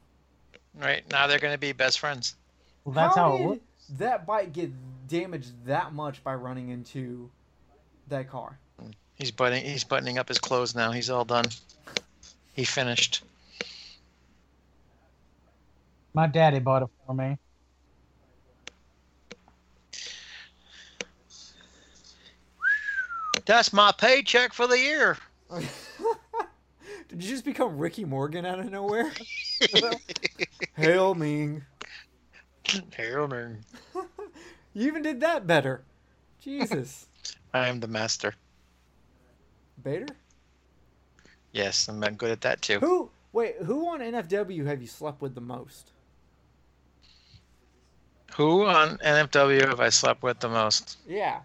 Right now they're gonna be best friends.
Well, that's how,
did
it works.
that bike get damaged that much by running into that car?
He's buttoning. He's buttoning up his clothes now. He's all done. He finished.
My daddy bought it for me.
That's my paycheck for the year.
Did you just become Ricky Morgan out of nowhere? Hail Ming.
Hail Mary.
You even did that better. Jesus.
I am the master.
Bader?
Yes, I'm I'm good at that too.
Who wait, who on NFW have you slept with the most?
Who on NFW have I slept with the most?
Yeah.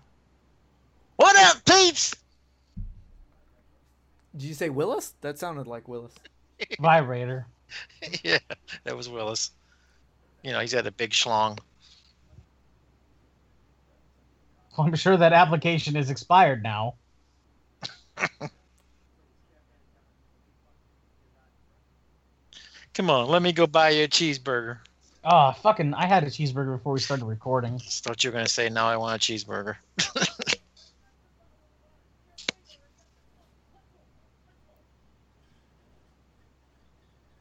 What up, peeps?
Did you say Willis? That sounded like Willis.
Vibrator.
yeah, that was Willis. You know, he's had a big schlong.
Well, I'm sure that application is expired now.
Come on, let me go buy you a cheeseburger.
Oh, fucking, I had a cheeseburger before we started recording.
I thought you were gonna say now I want a cheeseburger.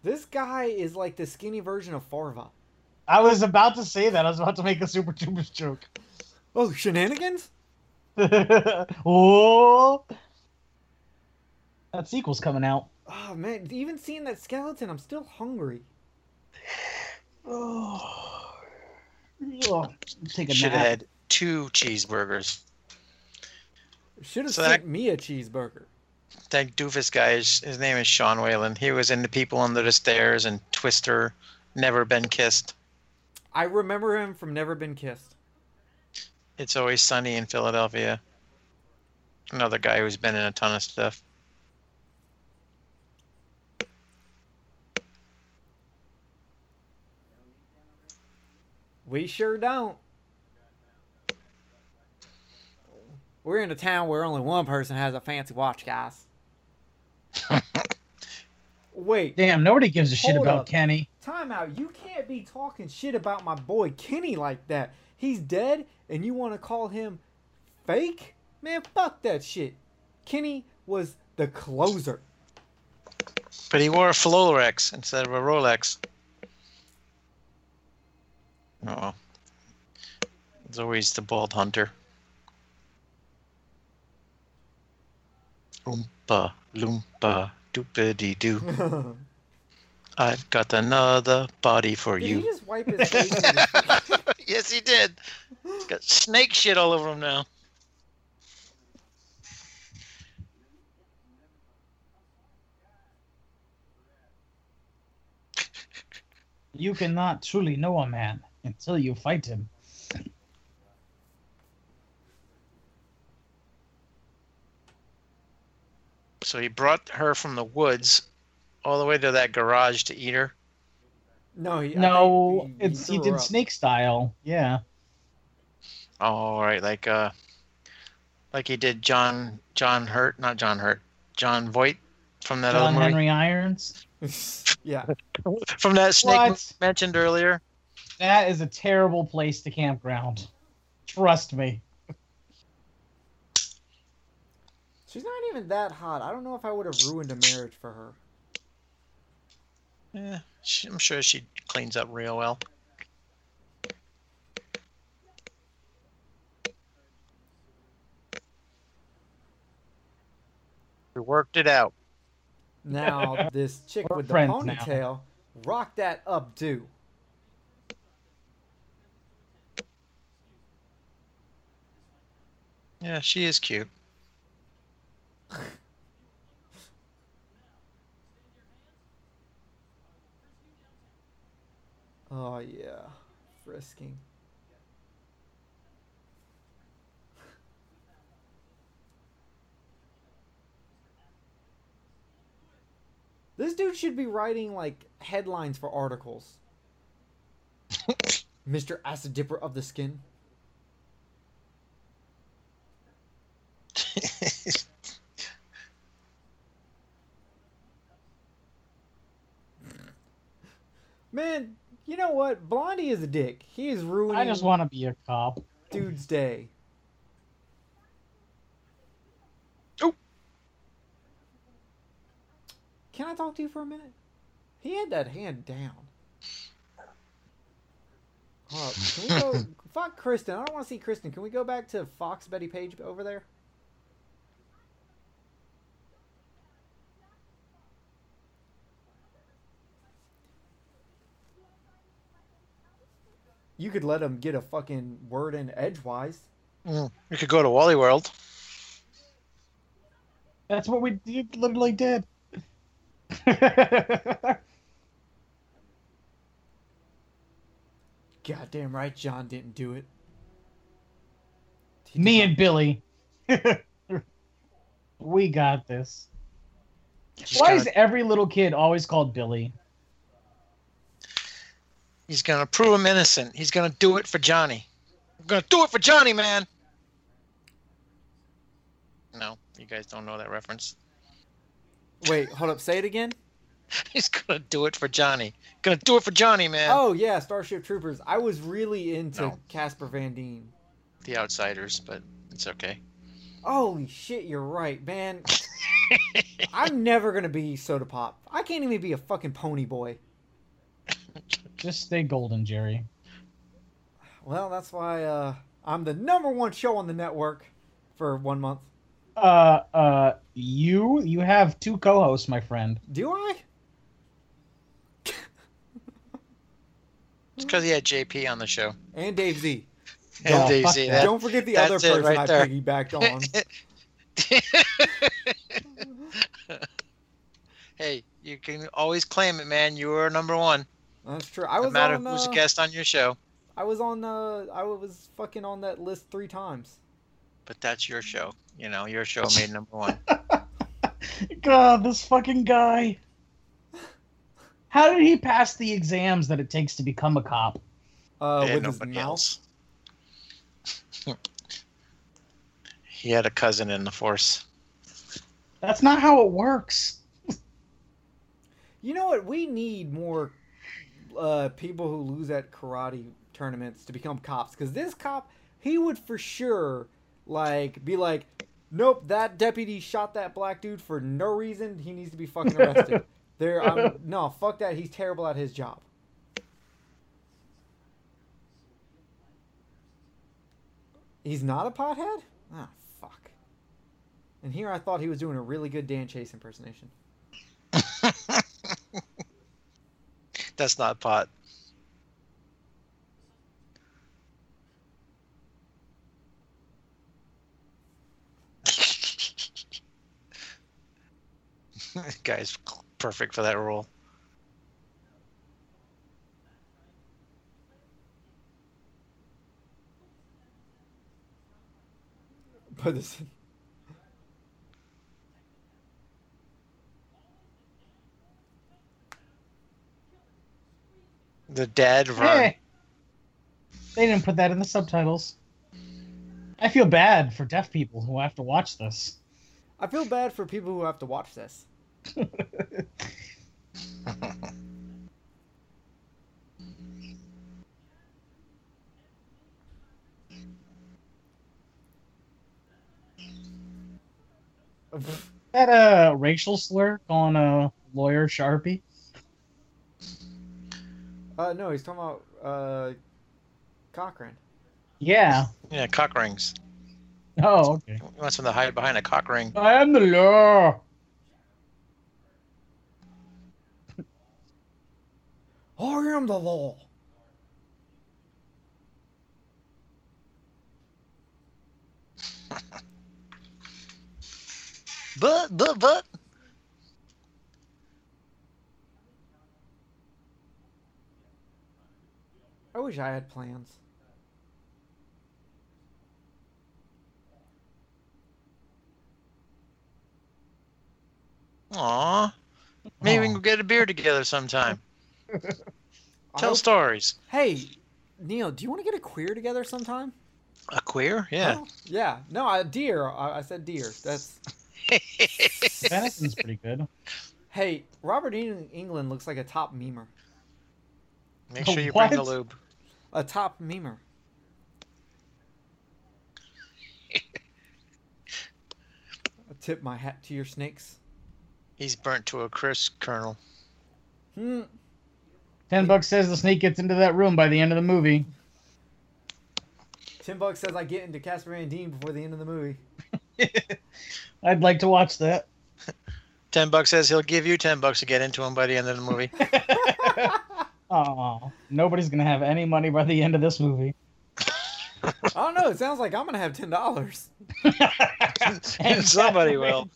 This guy is like the skinny version of Farva.
I was about to say that. I was about to make a Super Troopers joke.
Oh, shenanigans?
oh, that sequel's coming out.
Oh man, even seeing that skeleton, I'm still hungry.
Oh, take a
Should have
nap.
had two cheeseburgers.
Should have
So
sent me a cheeseburger.
That doofus guy, is, his name is Sean Whalen. He was in The People Under the Stairs and Twister, Never Been Kissed.
I remember him from Never Been Kissed.
It's Always Sunny in Philadelphia. Another guy who's been in a ton of stuff.
We sure don't. We're in a town where only one person has a fancy watch, guys. Wait,
Damn, nobody gives a shit
Hold
about
up.
Kenny.
time out. You can't be talking shit about my boy Kenny like that. He's dead, and you want to call him fake? Man, fuck that shit. Kenny was the closer.
But he wore a Florex instead of a Rolex. Oh. It's always the bald hunter. Oompa, loompa, doopity doo. I've got another body for
Did he
you.
just wipe his face? with his-
yes, he did. He's got snake shit all over him now.
You cannot truly know a man until you fight him.
So he brought her from the woods all the way to that garage to eat her.
no, he, I
no,
think
it's he
threw
did
her up.
snake style. Yeah.
Oh, all right, like uh, like he did John John Hurt, not John Hurt, John Voight from that
John
other movie,
Henry Irons.
yeah,
from that snake movie
What?
mentioned earlier.
That is a terrible place to campground. Trust me.
she's not even that hot. I don't know if I would have ruined a marriage for her.
Yeah, she, I'm sure she cleans up real well. We worked it out.
Now this chick
We're
with the
friends now.
ponytail rocked that up too.
Yeah, she is cute.
Oh yeah, frisking. This dude should be writing like headlines for articles. Mr. Acid Dipper of the Skin. Man, you know what? Blondie is a dick. He is ruining
I just want to be a cop.
dude's day.
Oh.
Can I talk to you for a minute? He had that hand down. Uh, can we go? fuck Kristen. I don't want to see Kristen. Can we go back to Fox Betty Page over there? You could let him get a fucking word in edgewise.
Mm, we could go to Wally World.
That's what we did, literally did.
Goddamn right, John didn't do it. He did
Me
not-
and Billy. we got this.
He's
Why
gonna,
is every little kid always called Billy?
he's gonna prove him innocent. He's gonna do it for Johnny. I'm gonna do it for Johnny, man. No, you guys don't know that reference.
Wait, hold up. Say it again.
He's gonna do it for Johnny. Gonna do it for Johnny, man.
Oh yeah, Starship Troopers. I was really into
No.
Casper Van Dien.
The Outsiders, but it's okay.
Holy shit, you're right, man. I'm never gonna be Soda Pop. I can't even be a fucking pony boy.
Just stay golden, Jerry.
Well, that's why uh, I'm the number one show on the network for one month.
Uh, uh, you you have two co-hosts, my friend.
Do I?
It's because he had JP on the show.
And Dave Z.
Yeah,
And Dave
fuck
Z.
that.
That,
Don't forget the
that's
other person
it right
I
there.
piggybacked on.
hey, you can always claim it, man. You were number one.
That's true. I
No
was
matter
on.
who's
uh,
a guest on your show,
I was on. Uh, I was fucking on that list three times.
but that's your show. You know, your show made number one.
God, this fucking guy. How did he pass the exams that it takes to become a cop?
Uh,
They had
with his
nobody
mouth.
else. he had a cousin in the force.
That's not how it works.
You know what? We need more uh, people who lose at karate tournaments to become cops. Because this cop, he would for sure like be like, "Nope, that deputy shot that black dude for no reason. He needs to be fucking arrested." there, I'm, no, fuck that. He's terrible at his job. He's not a pothead. Ah, fuck. And here I thought he was doing a really good Dan Chase impersonation.
That's not pot. Guy's perfect for that role.
But this.
The dad run.
Eh. They didn't put that in the subtitles. I feel bad for deaf people who have to watch this.
I feel bad for people who have to watch this.
That a racial slur on a lawyer Sharpie?
Uh, no, he's talking about uh, Cochrane.
Yeah.
Yeah, cock rings.
Oh, okay.
You want someone to hide behind a cock ring?
I am the law.
I am the law.
But, but, but.
I wish I had plans.
Aw. Maybe we
Aw.
can get a beer together sometime.
I
Tell
hope-
stories.
Hey, Neil, do you want to get a queer together sometime?
A queer? Yeah.
Huh? Oh, Yeah. No, I, deer. I, I said deer. That's.
Venison's pretty good.
Hey, Robert Eng- England looks like a top memer.
Make sure you bring the
What?
lube.
A top memer. I tip my hat to your snakes.
He's burnt to a crisp, Colonel.
Hmm.
Ten bucks says the snake gets into that room by the end of the movie.
Tim Buck says I get into Casper Van Dien before the end of the movie.
I'd like to watch that.
Ten bucks says he'll give you ten bucks to get into him by the end of the movie.
Aw, nobody's gonna have any money by the end of this movie.
I don't know. It sounds like I'm gonna have ten dollars.
And somebody will.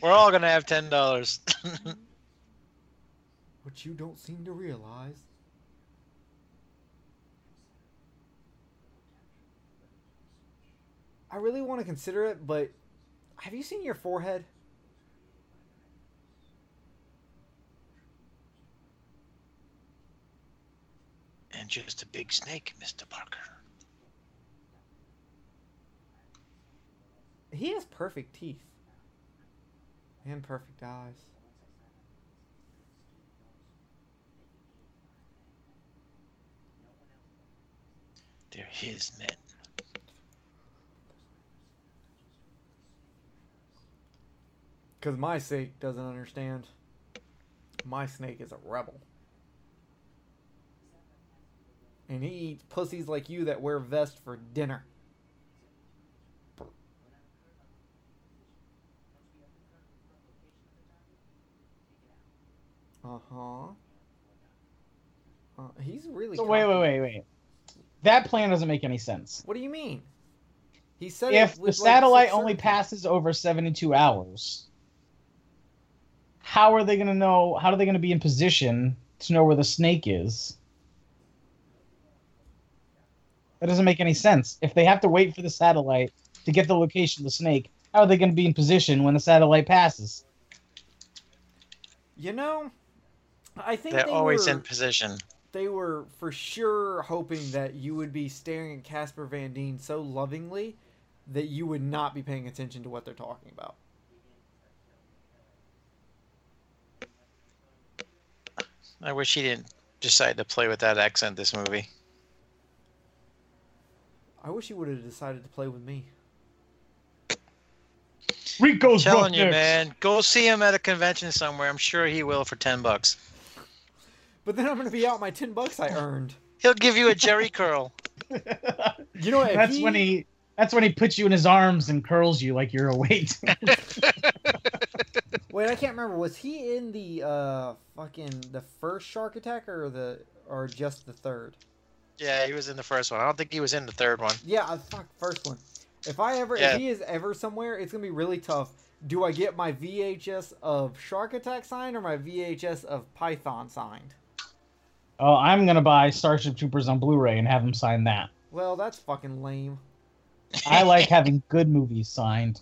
We're all gonna have ten dollars.
What you don't seem to realize. I really want to consider it, but have you seen your forehead?
and just a big snake, Mr. Parker.
He has perfect teeth and perfect eyes.
They're his men.
Because my snake doesn't understand. My snake is a rebel. And he eats pussies like you that wear vests for dinner. Uh-huh. Uh, he's really
So wait, wait,
confident.
wait, wait. That plan doesn't make any sense.
What do you mean? He said
If
it
the
with, like,
satellite
such
only
certainty.
passes over seventy-two hours, how are they gonna know? How are they gonna be in position to know where the snake is? That doesn't make any sense. If they have to wait for the satellite to get the location of the snake, how are they gonna be in position when the satellite passes?
You know, I think
They're
they
always
were,
in position.
they were for sure hoping that you would be staring at Casper Van Dien so lovingly that you would not be paying attention to what they're talking about.
I wish he didn't decide to play with that accent this movie.
I wish you would have decided to play with me.
Rico's
Telling you, man, go see him at a convention somewhere. I'm sure he will for ten bucks.
But then I'm going to be out my 10 bucks I earned.
He'll give you a jerry curl.
You know, if
That's when he. That's when he puts you in his arms and curls you like you're a weight.
Wait, I can't remember. Was he in the uh fucking the first Shark Attack or the or just the third?
Yeah, he was in the first one. I don't think he was in the third one.
Yeah, uh, fuck first one. If I ever
Yeah.
if he is ever somewhere, it's gonna be really tough. Do I get my VHS of Shark Attack signed or my VHS of Python signed?
Oh, I'm gonna buy Starship Troopers on Blu-ray and have them sign that.
Well, that's fucking lame.
I like having good movies signed.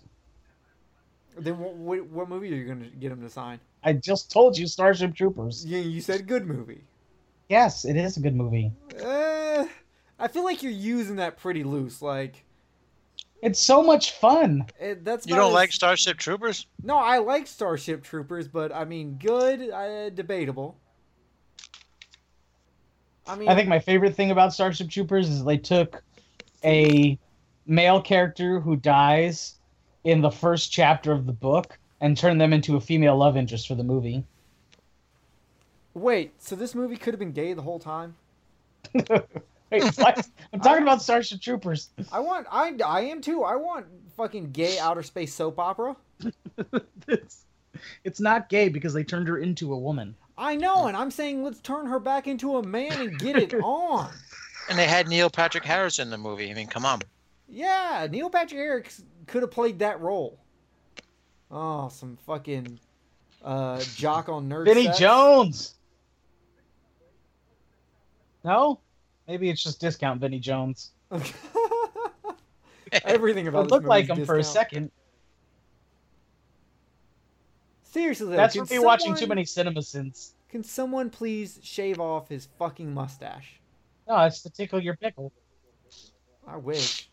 Then what, what, what movie are you gonna get him to sign?
I just told you Starship Troopers.
You, you said good movie.
Yes, it is a good movie.
Uh, I feel like you're using that pretty loose. Like
It's so much fun.
it, that's
You
about
don't
as-
like Starship Troopers?
No, I like Starship Troopers, but I mean, good, uh, debatable. I mean,
I think my favorite thing about Starship Troopers is they took a male character who dies in the first chapter of the book and turned them into a female love interest for the movie.
wait, so this movie could have been gay the whole time?
Wait, what? I'm talking about Starship Troopers.
I want, I, I am too. I want fucking gay outer space soap opera.
it's, it's not gay because they turned her into a woman.
I know, and I'm saying let's turn her back into a man and get it on.
And they had Neil Patrick Harris in the movie. I mean, come on.
Yeah, Neil Patrick Harris could have played that role. Oh, some fucking uh, jock on nerd.
Vinny
sex.
Jones. No, maybe it's just discount Vinny Jones.
Everything
It
about this
looked like him
movie is
for a
discount.
second.
Seriously, though,
That's
can
from me watching
someone-
too many CinemaSins.
Can someone please shave off his fucking mustache?
No, it's to tickle your pickle.
I wish.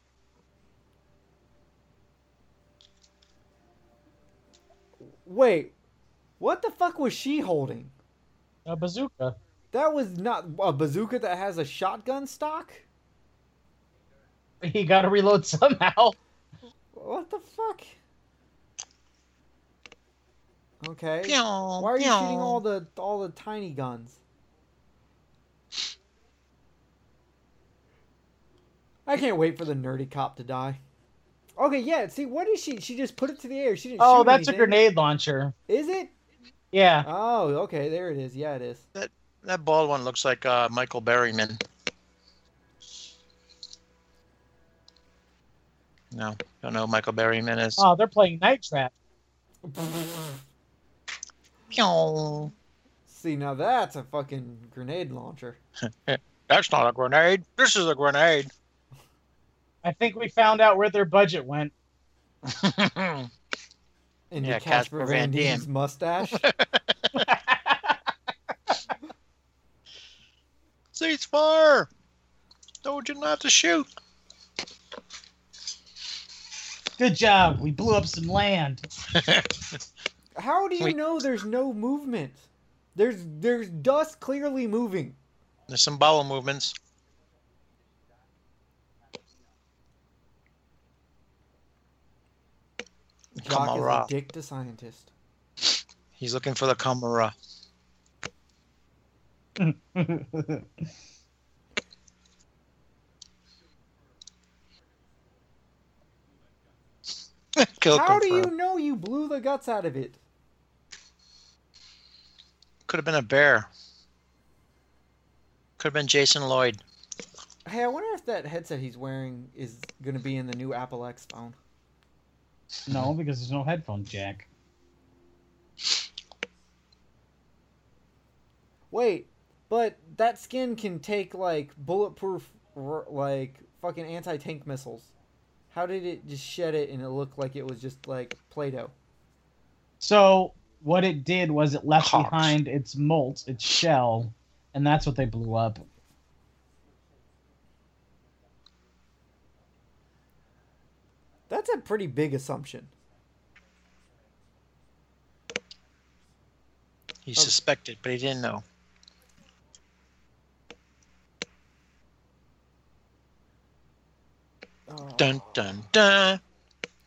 Wait, what the fuck was she holding?
A bazooka.
That was not a bazooka that has a shotgun stock.
He got to reload somehow.
What the fuck? Okay.
Why
Why are you shooting all the all the tiny guns? I can't wait for the nerdy cop to die. Okay, yeah. See, what is she? She just put it to the air. She didn't.
Oh,
shoot
that's a
anything.
grenade launcher.
Is it?
Yeah.
Oh, okay. There it is. Yeah, it is.
That bald one looks like uh, Michael Berryman. No, don't know who Michael Berryman is.
Oh, they're playing Night Trap.
Pew.
see, now that's a fucking grenade launcher.
That's not a grenade. This is a grenade.
I think we found out where their budget went.
And
Yeah,
Casper Van Dien's mustache.
Cease fire! Told you not to shoot.
Good job. We blew up some land.
How do you
Wait.
know there's no movement? There's there's dust clearly moving.
There's some bowel movements.
Jock is a
Kamara.
dick to scientist.
He's looking for the camera. Kill
How do you
confirmed.
know you blew the guts out of it?
Could have been a bear. Could have been Jason Lloyd.
Hey, I wonder if that headset he's wearing is gonna be in the new Apple X phone.
no, because there's no headphone jack.
Wait, but that skin can take like bulletproof, r- like fucking anti-tank missiles. How did it just shed it and it looked like it was just like Play-Doh?
So what it did was it left
Cocks.
behind its molt, its shell, and that's what they blew up.
That's a pretty big assumption.
He
Okay.
suspected, but he didn't know.
Oh.
Dun dun dun.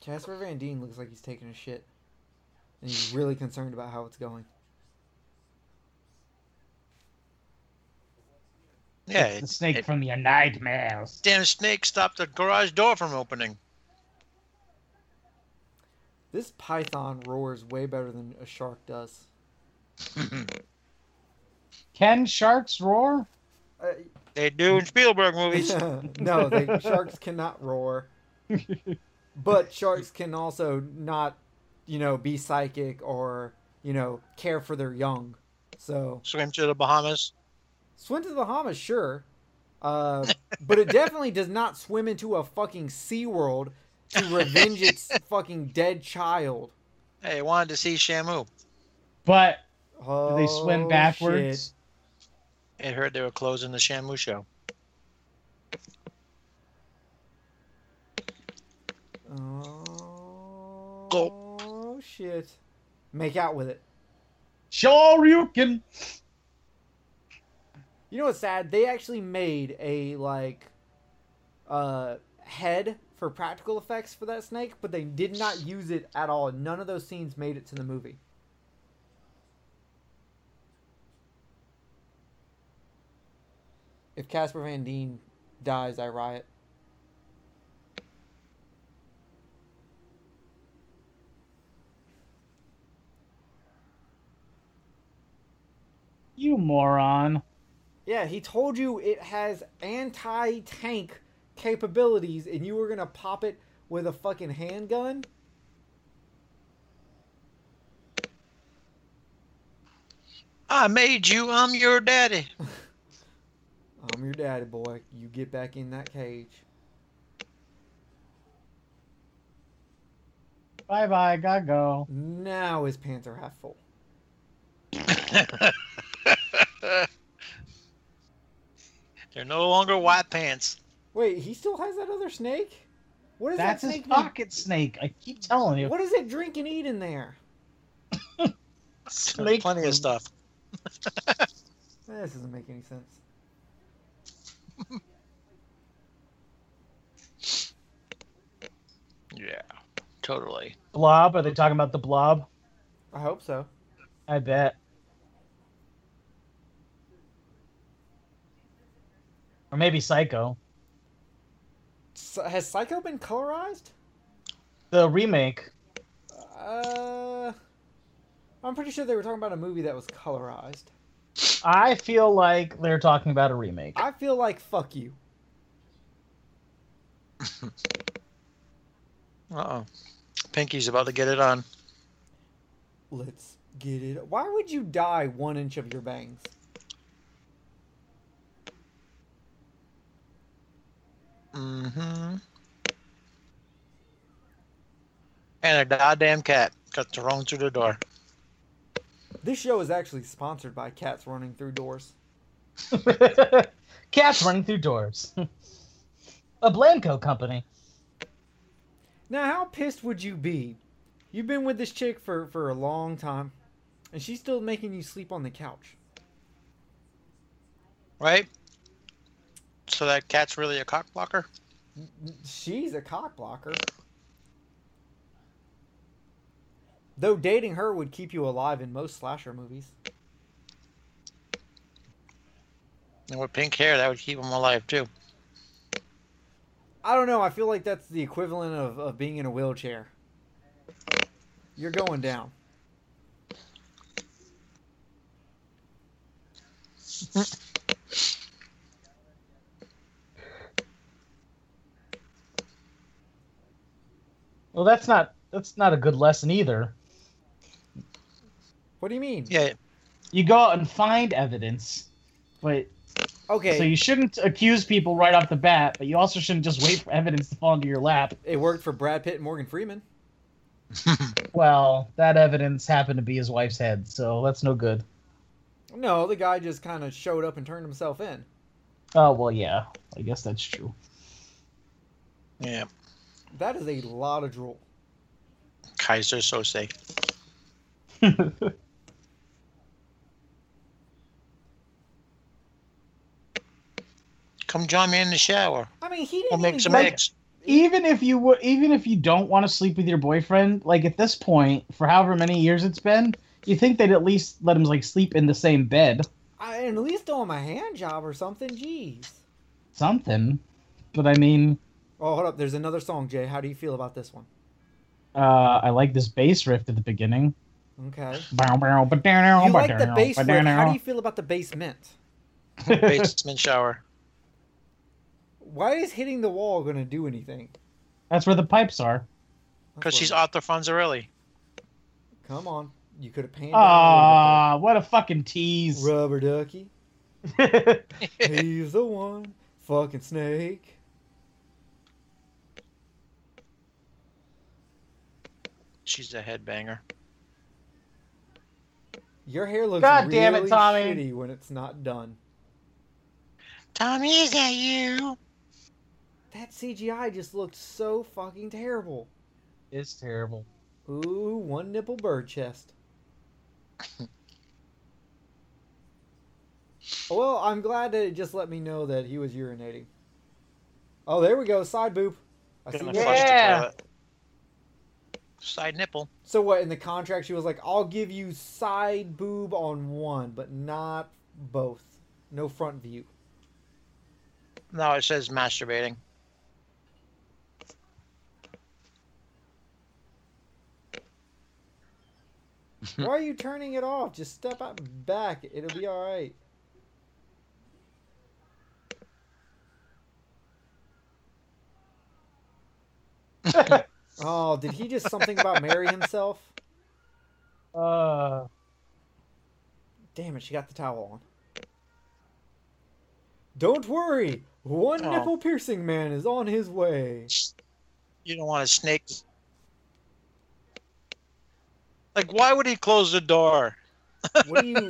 Casper Van Dien looks like he's taking a shit, and he's really concerned about how it's going.
Yeah,
the
it's,
snake
it-
from your nightmares.
damn snake stopped the garage door from opening.
This python roars way better than a shark does.
Can sharks roar?
Uh,
they do in Spielberg movies.
no, they, sharks cannot roar. but sharks can also not, you know, be psychic or, you know, care for their young. So
Swim to the Bahamas.
swim to the Bahamas, sure. Uh, but it definitely does not swim into a fucking Sea World to revenge its fucking dead child.
Hey, I wanted to see Shamu.
But do
Oh,
they swim
shit.
backwards?
I heard they were closing the Shamu show.
Oh
Gulp.
shit! Make out with it.
Sure, you can.
You know what's sad? They actually made a like uh head for practical effects for that snake, but they did not use it at all. None of those scenes made it to the movie. If Casper Van Dien dies, I riot.
You moron.
Yeah, he told you it has anti-tank capabilities and you were going to pop it with a fucking handgun?
I made you. I'm your daddy.
I'm Um, your daddy boy. You get back in that cage.
Bye bye, gotta go.
Now his pants are half full.
They're no longer white pants.
Wait, he still has that other snake? What is
That's
that
his
snake?
pocket snake. I keep telling you.
What does it drink and eat in there?
There's
Snake
plenty of stuff.
This doesn't make any sense.
Yeah, totally.
blob? Are they talking about the blob?
I hope so.
I bet. Or maybe Psycho.
S has Psycho been colorized?
The remake.
Uh, I'm pretty sure they were talking about a movie that was colorized.
I feel like they're talking about a remake.
I feel like fuck you.
Uh oh. Pinky's about to get it on.
Let's get it. Why would you dye one inch of your bangs?
Mm-hmm. And a goddamn cat got thrown through the door.
This show is actually sponsored by cats running through doors.
Cats running through doors. a Blanco company.
Now, how pissed would you be? You've been with this chick for, for a long time, and she's still making you sleep on the couch.
Right? So that cat's really a cock blocker?
She's a cock blocker. Though dating her would keep you alive in most slasher movies.
And with pink hair, that would keep him alive too.
I don't know. I feel like that's the equivalent of, of being in a wheelchair. You're going down.
Well, that's not that's not a good lesson either.
What do you mean?
Yeah,
You go out and find evidence, but
Okay,
so you shouldn't accuse people right off the bat. But you also shouldn't just wait for evidence to fall into your lap.
it worked for Brad Pitt and Morgan Freeman.
Well, that evidence happened to be his wife's head, so that's no good.
No, the guy just kind of showed up and turned himself in.
Oh well, yeah, I guess that's true.
yeah.
That is a lot of drool.
Kaiser Sose. Come join me in the shower.
I mean, he didn't
We'll
even
make some
go-
eggs.
even if you would even if you don't want to sleep with your boyfriend like at this point for however many years it's been you think they'd at least let him like sleep in the same bed
I, at least on my hand job or something. Jeez.
something but i mean
Oh, hold up. There's another song, Jay. How do you feel about this one?
Uh, I like this bass riff at the beginning.
Okay.
Bow, bow, ba-dow,
You like the
ba-dow,
bass riff. How do
ba-dow.
you feel about the basement?
Basement shower.
Why is hitting the wall going to do anything?
That's where the pipes are.
Because
That's
she's
what-
Arthur Fonzarelli.
Come on. You could have panned out
Ah, what a fucking tease.
Rubber Ducky.
That's
He's the one. Fucking snake.
She's a headbanger.
Your hair looks
God
really
damn it, Tommy.
shitty when it's not done.
Tommy, is that you?
That CGI just looked so fucking terrible.
terrible.
Ooh, one nipple bird chest. well, I'm glad that it just let me know that he was urinating. Oh, there we go, side boob. I see
Gonna
that.
flush the
Yeah.
toilet. Side nipple.
So what in the contract she was like, "I'll give you side boob on one, but not both. No front view."
No, it says masturbating.
Why are you turning it off? Just step out back. It'll be all right. oh, did he just something about marry himself?
Uh,
Damn it, she got the towel on. Don't worry. one
Oh.
nipple piercing man is on his way.
You don't want a snake. Like, why would he close the door?
What do you?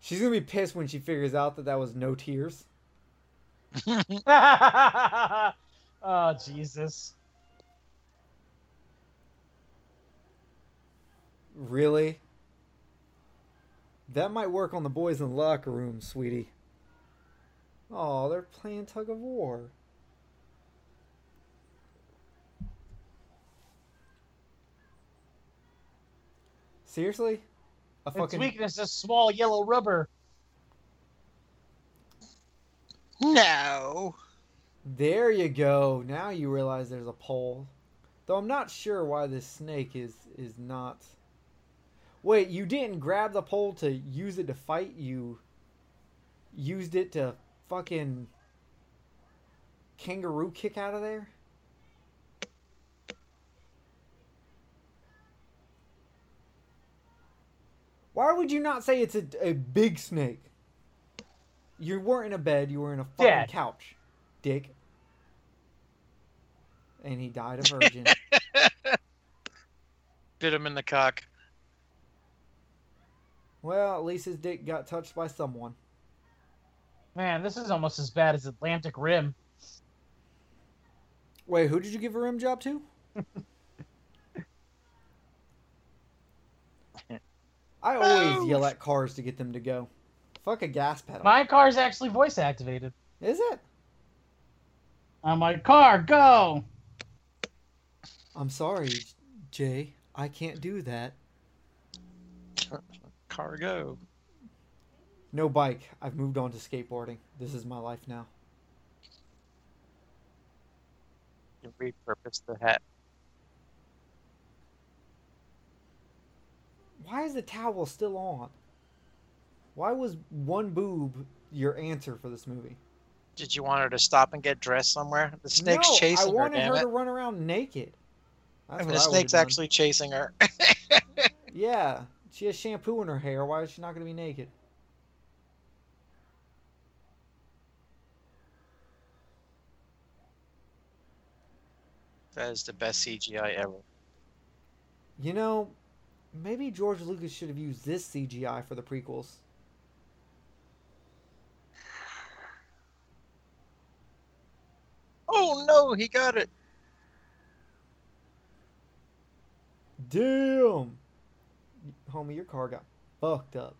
She's gonna be pissed when she figures out that that was no tears.
oh, Jesus.
Really? That might work on the boys in the locker room, sweetie. Oh, they're playing tug of war. Seriously? A
Its
fucking
weakness is small yellow rubber.
No.
There you go. Now you realize there's a pole. Though I'm not sure why this snake is is not. Wait, you didn't grab the pole to use it to fight. You used it to fucking kangaroo kick out of there. Why would you not say it's a, a big snake? You weren't in a bed. You were in a fucking
Dad.
couch, dick. And he died a virgin.
Bit him in the cock.
well, at least his dick got touched by someone.
Man, this is almost as bad as Atlantic Rim.
Wait, who did you give a rim job to? I always
Oh.
yell at cars to get them to go. Fuck a gas pedal.
My car's actually voice activated.
Is it?
I'm like, car, go!
I'm sorry, Jay. I can't do that.
Cargo.
No bike. I've moved on to skateboarding. This is my life now.
You repurpose the hat.
Why is the towel still on? Why was one boob your answer for this movie?
Did you want her to stop and get dressed somewhere? The snake's
no,
chasing
I
her,
wanted
damn
her
it.
to run around naked. That's
I
what I
mean, the
would've
snake's
done.
actually chasing her.
Yeah, she has shampoo in her hair. Why is she not going to be naked?
that is the best CGI ever.
You know, maybe George Lucas should have used this CGI for the prequels.
Oh no, he got it.
Damn! Homie, your car got fucked up.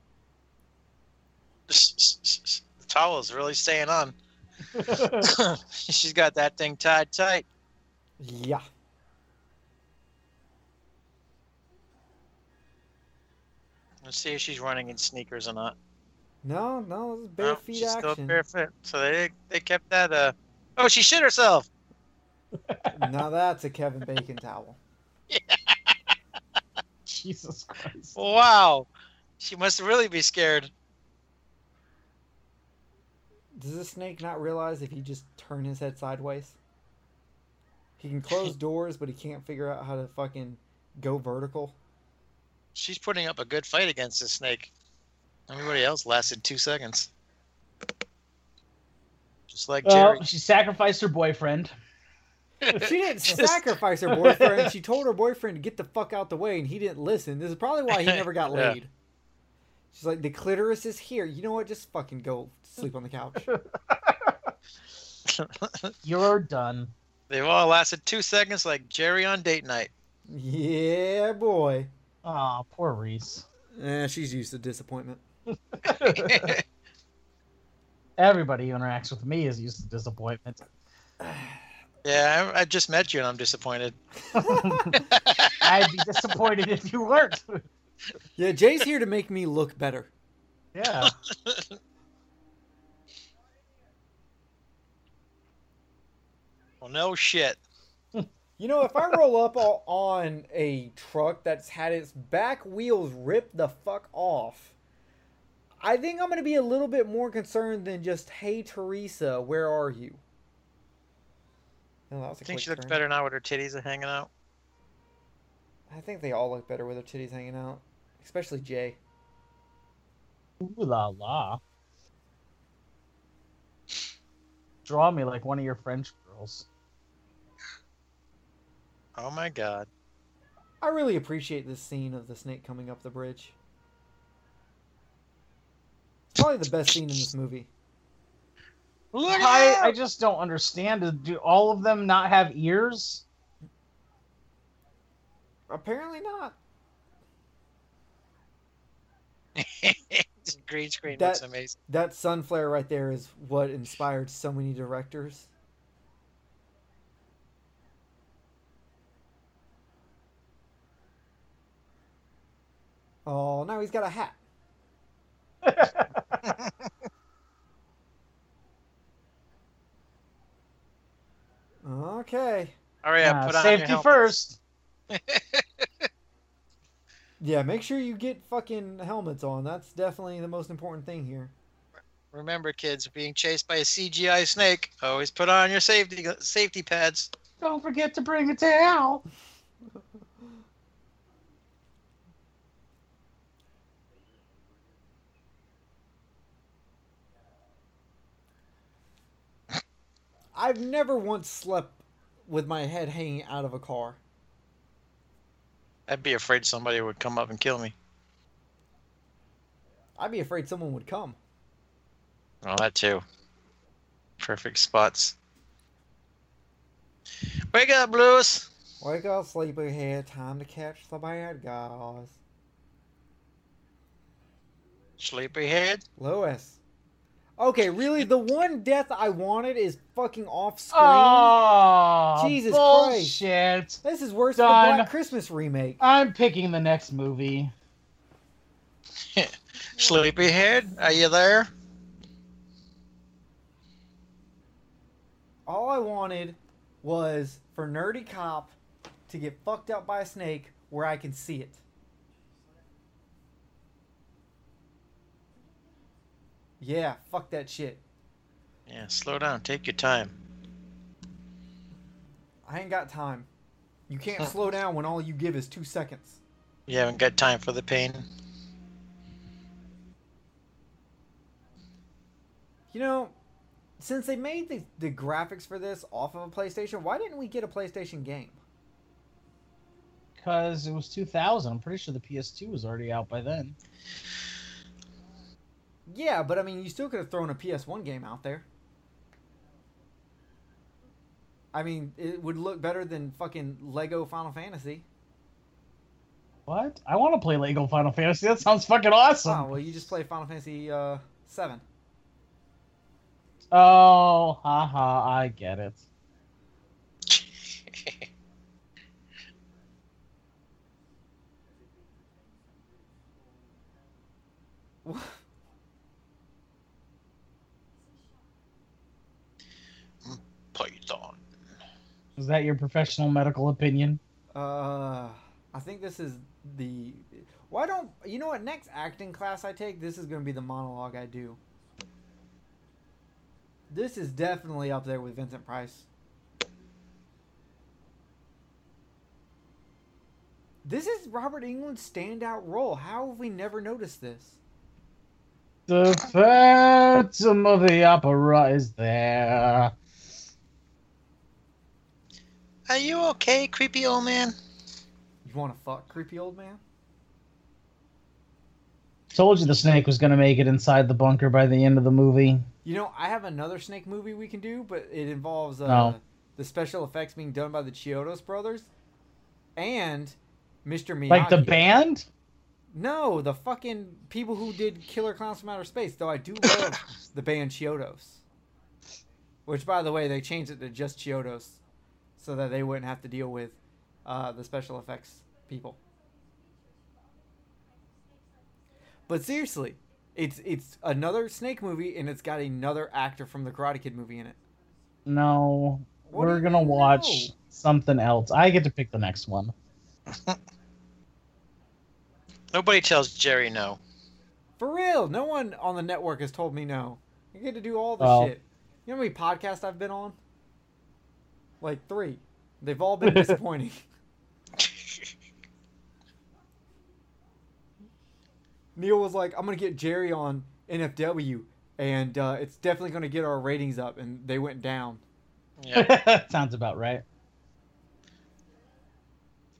The towel's really staying on. She's got that thing tied tight.
Yeah.
Let's see if she's running in sneakers or not.
No, no, this is bare
No,
feet
she's
action.
still barefoot. So they they kept that. Uh oh, she shit herself.
now that's a Kevin Bacon towel.
Jesus Christ.
Wow. She must really be scared.
Does the snake not realize if he just turn his head sideways? He can close doors, but he can't figure out how to fucking go vertical.
She's putting up a good fight against this snake. Everybody else lasted two seconds. Just like Jerry.
Well, she sacrificed her boyfriend.
She didn't
Just-
sacrifice her boyfriend. She told her boyfriend to get the fuck out the way, and he didn't listen. This is probably why he never got
Yeah.
laid. She's like, the clitoris is here. You know what? Just fucking go sleep on the couch.
You're done.
They've all lasted two seconds like Jerry on date night.
yeah, boy.
Aw, poor Reese.
Eh, she's used to disappointment.
Everybody who interacts with me is used to disappointment.
yeah, I, I just met you and I'm disappointed.
I'd be disappointed if you weren't.
Yeah, Jay's here to make me look better.
yeah.
Well, no shit.
You know, if I roll up o- on a truck that's had its back wheels ripped the fuck off, I think I'm going to be a little bit more concerned than just, hey, Teresa, where are you? No, that was a
I
quick
think she looks
turn.
better now with her titties are hanging out.
I think they all look better with their titties hanging out, especially Jay.
Ooh la la. Draw me like one of your French girls.
Oh my god.
I really appreciate this scene of the snake coming up the bridge. It's probably the best scene in this movie.
Look
I,
out!
I just don't understand. Do all of them not have ears?
Apparently not.
Green screen
That-
looks amazing.
That sun flare right there is what inspired so many directors. Oh, now he's got a hat. okay.
Hurry up,
Nah,
put on your
safety
helmet.
first.
Yeah, make sure you get fucking helmets on. That's definitely the most important thing here.
Remember, kids, being chased by a CGI snake. Always put on your safety safety pads.
Don't forget to bring a towel.
I've never once slept with my head hanging out of a car.
I'd be afraid somebody would come up and kill me.
I'd be afraid someone would come.
Oh, that too. Perfect spots. Wake up, Blues.
Wake up, sleepyhead. Time to catch the bad guys.
Sleepyhead.
Lewis. Okay, really, the one death I wanted is fucking off screen.
Oh,
Jesus
bullshit.
This is worse than the
Done.
Black Christmas remake.
I'm picking the next movie.
Sleepyhead, are you there?
All I wanted was for Nerdy Cop to get fucked up by a snake where I can see it. Yeah, fuck that shit.
Yeah, slow down. Take your time.
I ain't got time. You can't slow down when all you give is two seconds.
You haven't got time for the pain.
You know, since they made the, the graphics for this off of a PlayStation, why didn't we get a PlayStation game?
Because it was 2000. I'm pretty sure the PS2 was already out by then.
Yeah, but I mean, you still could have thrown a PS1 game out there. I mean, it would look better than fucking Lego Final Fantasy.
What? I want to play Lego Final Fantasy. That sounds fucking awesome.
Oh, well, you just play Final Fantasy uh, 7.
Oh, haha, I get it.
Python.
Is that your professional medical opinion?
Uh, I think this is the. Why don't you know what next acting class I take? This is going to be the monologue I do. This is definitely up there with Vincent Price. This is Robert England's standout role. How have we never noticed this?
The Phantom of the Opera is there.
Are you okay, creepy old man?
You want to fuck creepy old man?
Told you the snake was gonna make it inside the bunker by the end of the movie.
You know, I have another Snake movie we can do, but it involves uh,
No.
the special effects being done by the Chiodos brothers and Mr. Miyagi.
Like the band?
No, the fucking people who did Killer Clowns from Outer Space. Though I do love the band Chiodos. Which, by the way, they changed it to just Chiodos so that they wouldn't have to deal with uh, the special effects people. But seriously, it's it's another Snake movie, and it's got another actor from the Karate Kid movie in it.
No.
What do
We're
you
gonna
mean,
watch
no?
something else. I get to pick the next one.
Nobody tells Jerry no.
For real, no one on the network has told me no. I get to do all the
Well-
shit. You know how many podcasts I've been on? Like three. They've all been disappointing. Neil was like, "I'm gonna get Jerry on NFW, and uh, it's definitely gonna get our ratings up." And they went down.
Yeah.
Sounds about right.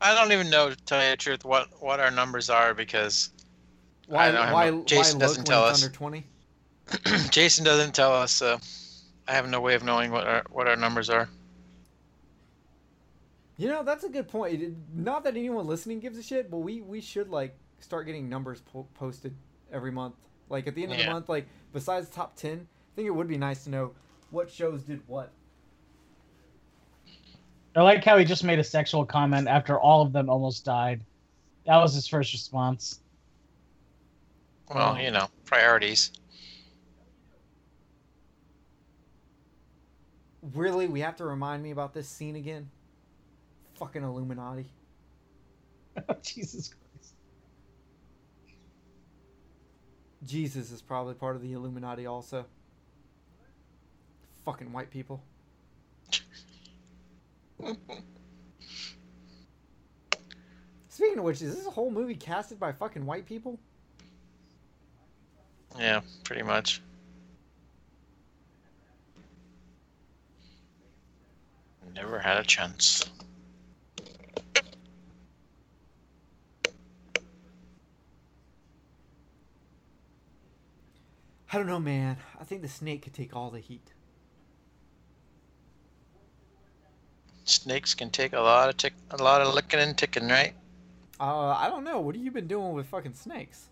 I don't even know, to tell you the truth, what, what our numbers are because
Why?
don't have
Why?
no- Jason
why
doesn't
locally
tell
it's
us.
Under twenty.
Jason doesn't tell us. So I have no way of knowing what our what our numbers are.
You know, that's a good point. It- Not that anyone listening gives a shit, but we we should like start getting numbers po- posted every month. Like at the end of the
Yeah.
month, like besides top ten, I think it would be nice to know what shows did what.
I like how he just made a sexual comment after all of them almost died. That was his first response.
Well, you know, priorities.
Really, we have to remind me about this scene again. Fucking Illuminati.
Jesus Christ.
Jesus is probably part of the Illuminati also. Fucking white people. Speaking of which, is this whole movie casted by fucking white people?
Yeah, pretty much. Never had a chance.
I don't know, man. I think the snake could take all the heat.
Snakes can take a lot of tick, a lot of licking and ticking, right?
Uh, I don't know. What have you been doing with fucking snakes?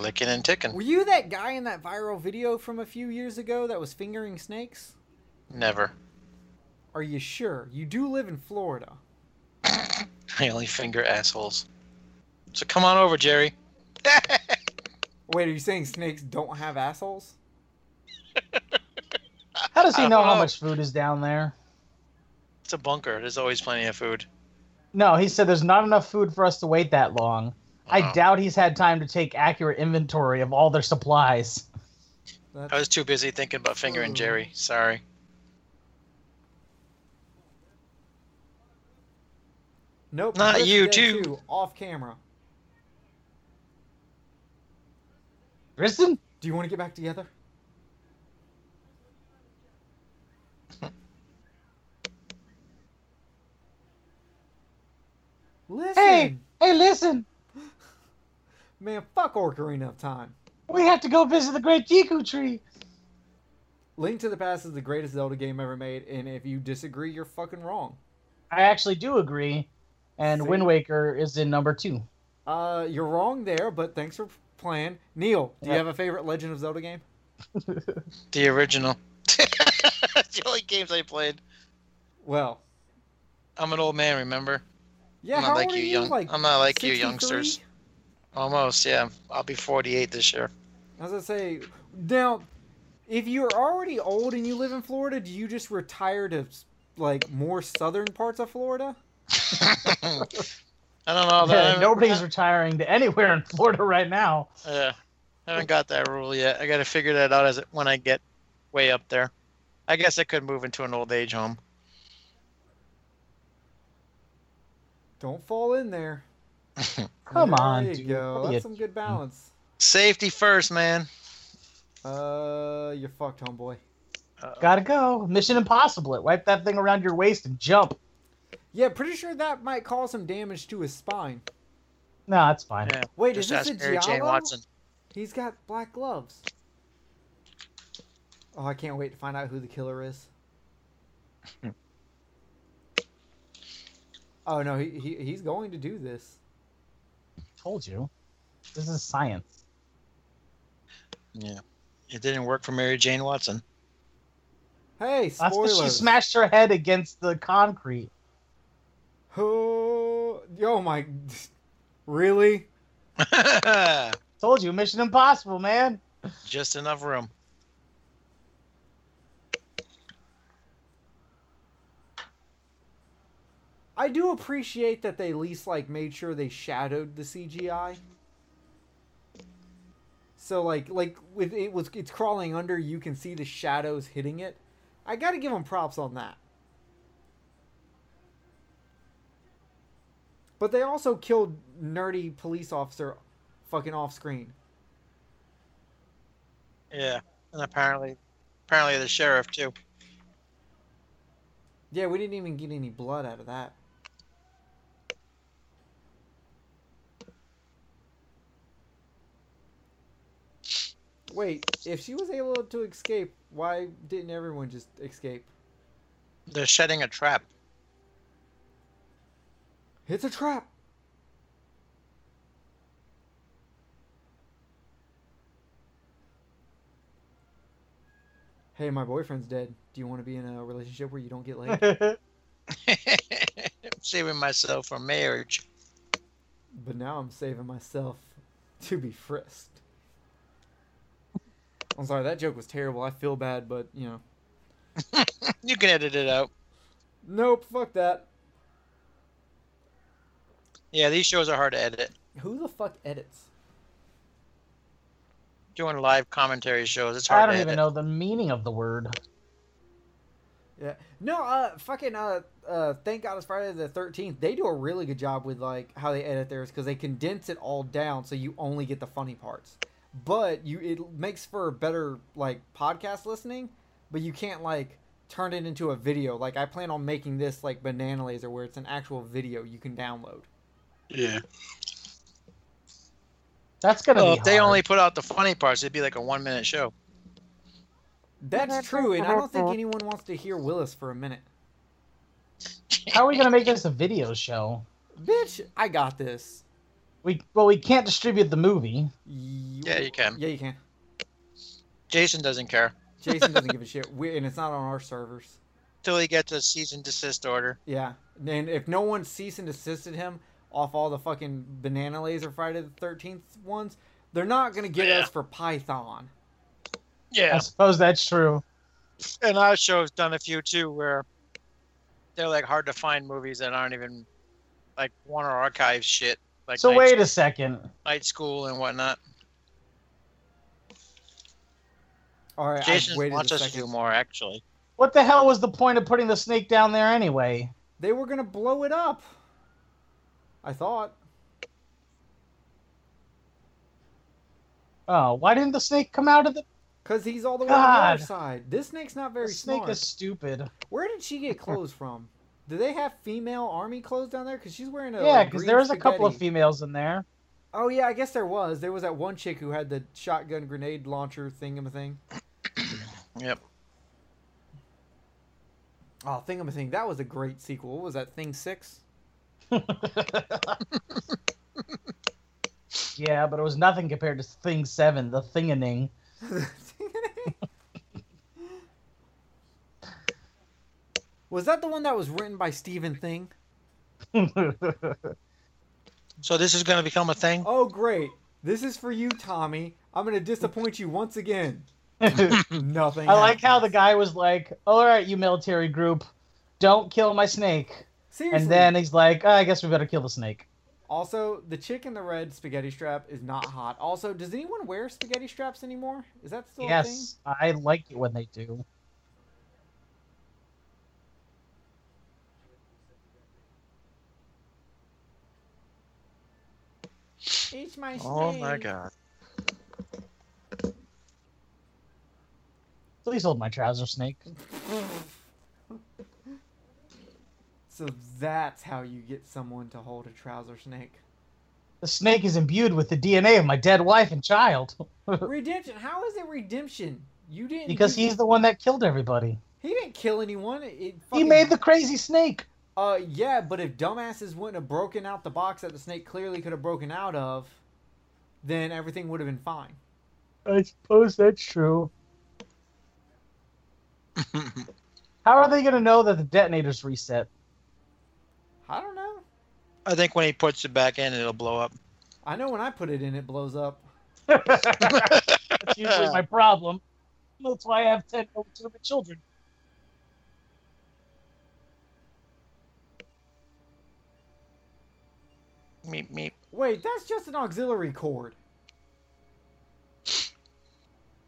Licking and ticking.
Were you that guy in that viral video from a few years ago that was fingering snakes?
Never.
Are you sure? You do live in Florida.
I only finger assholes. So come on over, Jerry.
Wait, are you saying snakes don't have assholes?
How does he
I
know
don't
how
know.
much food is down there?
it's a bunker. There's always plenty of food.
No, he said there's not enough food for us to wait that long. I
Wow.
doubt he's had time to take accurate inventory of all their supplies.
That's...
I was too busy thinking about fingering
Oh.
Jerry. Sorry.
Nope.
Not
Cliff's
you,
dead
too.
Off camera.
Kristen?
Do you want to get back together? Listen,
Hey, hey, listen.
man, fuck Ocarina of Time.
We have to go visit the Great Jiku Tree.
Link to the Past is the greatest Zelda game ever made, and if you disagree, you're fucking wrong.
I actually do agree. And
See?
Wind Waker is in number two.
Uh, you're wrong there, but thanks for playing. Neil, do you
Yeah.
have a favorite Legend of Zelda game?
The original. it's the only games I played.
Well,
I'm an old man, remember?
yeah,
I'm
how
not like
old
you,
are you?
young.
Like
I'm not like you,
63?
youngsters. Almost, yeah. I'll be 48 this year.
As I say, now, if you're already old and you live in Florida, do you just retire to like more southern parts of Florida?
I don't know. That
Yeah, nobody's retiring to anywhere in Florida right now.
Yeah, I haven't got that rule yet. I got to figure that out as it, when I get way up there. I guess I could move into an old age home.
Don't fall in there.
Come on,
There you
dude.
go.
What are
That's
you-
some good balance.
Safety first, man.
Uh, you're fucked, homeboy.
Gotta go. Mission Impossible. It. Wipe that thing around your waist and jump.
Yeah, pretty sure that might cause some damage to his spine.
No, that's fine.
Yeah.
Wait,
Just
is
ask
this a
Mary Jane
Giallo?
Watson.
He's got black gloves. Oh, I can't wait to find out who the killer is. oh no, he, he he's going to do this.
Told you. This is science.
Yeah. It didn't work for Mary Jane Watson.
Hey,
That's
spoilers.
because she smashed her head against the concrete.
oh, oh my, really?
Told you, Mission Impossible, man.
Just enough room.
I do appreciate that they at least like made sure they shadowed the CGI. So like like with it was it's crawling under, you can see the shadows hitting it. I got to give them props on that. But they also killed nerdy police officer fucking off screen.
Yeah. And apparently, apparently the sheriff too.
Yeah, we didn't even get any blood out of that. Wait, if she was able to escape, why didn't everyone just escape?
They're setting a trap.
It's a trap. Hey, my boyfriend's dead. Do you want to be in a relationship where you don't get laid?
Saving myself for marriage.
But now I'm saving myself to be frisked. I'm sorry, that joke was terrible. I feel bad, but you know.
You can edit it out.
Nope, fuck that.
Yeah, these shows are hard to edit.
Who the fuck edits?
Doing live commentary shows, it's hard
I don't
to
even
edit.
know the meaning of the word.
Yeah. No, uh fucking uh uh thank God it's Friday the thirteenth. They do a really good job with like how they edit theirs because they condense it all down so you only get the funny parts. But you it makes for better like podcast listening, but you can't like turn it into a video. Like I plan on making this like banana laser where it's an actual video you can download.
Yeah.
That's gonna
Well,
be.
if they
hard.
only put out the funny parts, it'd be like a one-minute show.
That's true, and I don't think anyone wants to hear Willis for a minute.
How are we gonna make this a video show?
Bitch, I got this.
We well, we can't distribute the movie.
You-
Yeah, you can.
Yeah, you can.
Jason doesn't care
Jason doesn't give a shit, we, and it's not on our servers.
till he gets a cease and desist order.
Yeah, and if no one cease and desisted him off all the fucking banana laser Friday the Thirteenth ones, they're not gonna get
Yeah.
us for Python.
I
Yeah,
suppose that's true.
and our show's done a few too, where they're like hard to find movies that aren't even like Warner Archives shit, like
so
Night,
wait a second.
Night School and whatnot.
All right, I
Jason
waited
wants
a
us to
second.
do more, actually.
What the hell was the point of putting the snake down there anyway?
They were gonna blow it up. I thought.
Oh, why didn't the snake come out of the?
Cause he's all the way on the other
God.
side. This snake's not
The
very
snake
smart.
is stupid.
Where did she get clothes from? Do they have female army clothes down there? Cause she's wearing a
yeah,
like,
because
green
there was a couple of
spaghetti.
females in there.
Oh yeah, I guess there was. There was that one chick who had the shotgun grenade launcher thingam thing.
Yep.
Oh, thingam thing. That was a great sequel. What was that thing six?
Yeah, but it was nothing compared to Thing Seven, the thinganing.
was that the one that was written by Stephen Thing?
So this is going to become a thing.
Oh great. This is for you, Tommy. I'm gonna disappoint you once again.
I
Nothing.
like how the
happens.
guy was like, "All right, you military group, don't kill my snake."
Seriously.
and then he's like, "Ah, I guess we better kill the snake.
also, the chick in the red spaghetti strap is not hot. Also, does anyone wear spaghetti straps anymore? Is that still a thing?
yes, I like it when they do.
Eat my
Oh my
snake.
god.
Please hold my trouser, snake.
so that's how you get someone to hold a trouser snake.
The snake is imbued with the DNA of my dead wife and child
Redemption. How is it redemption? You didn't.
because
he,
he's the one that killed everybody.
he didn't kill anyone. It, it
He
fucking-
made the crazy snake.
Uh, yeah, but if dumbasses wouldn't have broken out the box that the snake clearly could have broken out of, then everything would have been fine.
I suppose that's true. How are they going to know that the detonators reset?
I don't know.
I think when he puts it back in, it'll blow up.
I know when I put it in, it blows up.
that's usually my problem. That's why I have ten illegitimate children.
meep meep.
Wait, that's just an auxiliary cord.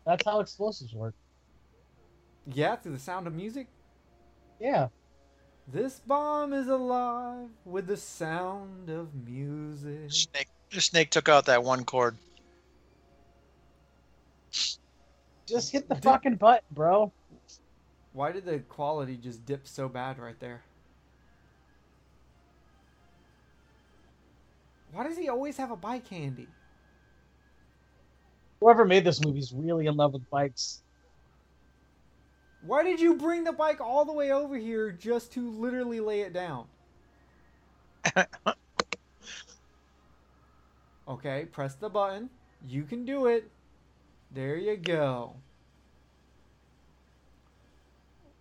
That's how explosives work.
Yeah, through the sound of music.
Yeah.
This bomb is alive with the sound of music.
Snake. The snake took out that one cord.
Just hit the
Dude.
fucking button, bro.
Why did the quality just dip so bad right there? Why does he always have a bike handy?
Whoever made this movie's really in love with bikes.
Why did you bring the bike all the way over here just to literally lay it down? okay, press the button. You can do it. There you go.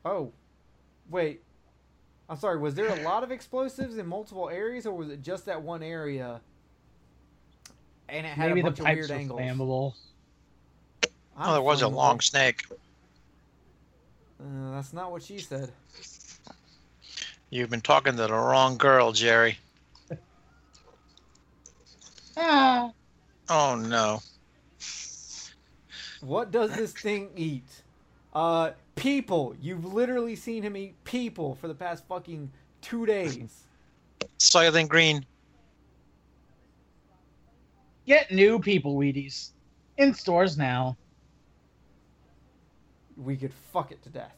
Oh, wait. I'm sorry, was there a lot of explosives in multiple areas, or was it just that one area? And it had
Maybe
a
the
bunch of
pipes
weird
were
angles.
flammable.
I'm
Oh, there was a
flammable.
long snake.
Uh, that's not what she said.
You've been talking to the wrong girl, Jerry.
Ah.
Oh no.
What does this thing eat? Uh, people. You've literally seen him eat people for the past fucking two days.
Silent Green.
Get new people, Wheaties. In stores now.
We could fuck it to death.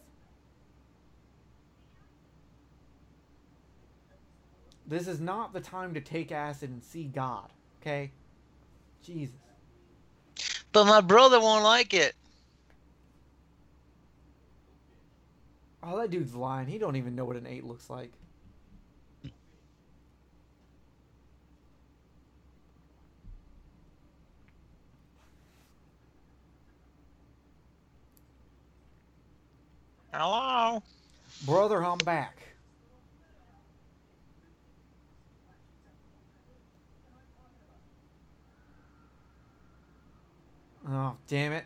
This is not the time to take acid and see God, okay? Jesus.
But my brother won't like it.
Oh, that dude's lying. He don't even know what an eight looks like.
Hello.
Brother, I'm back. Oh, damn it.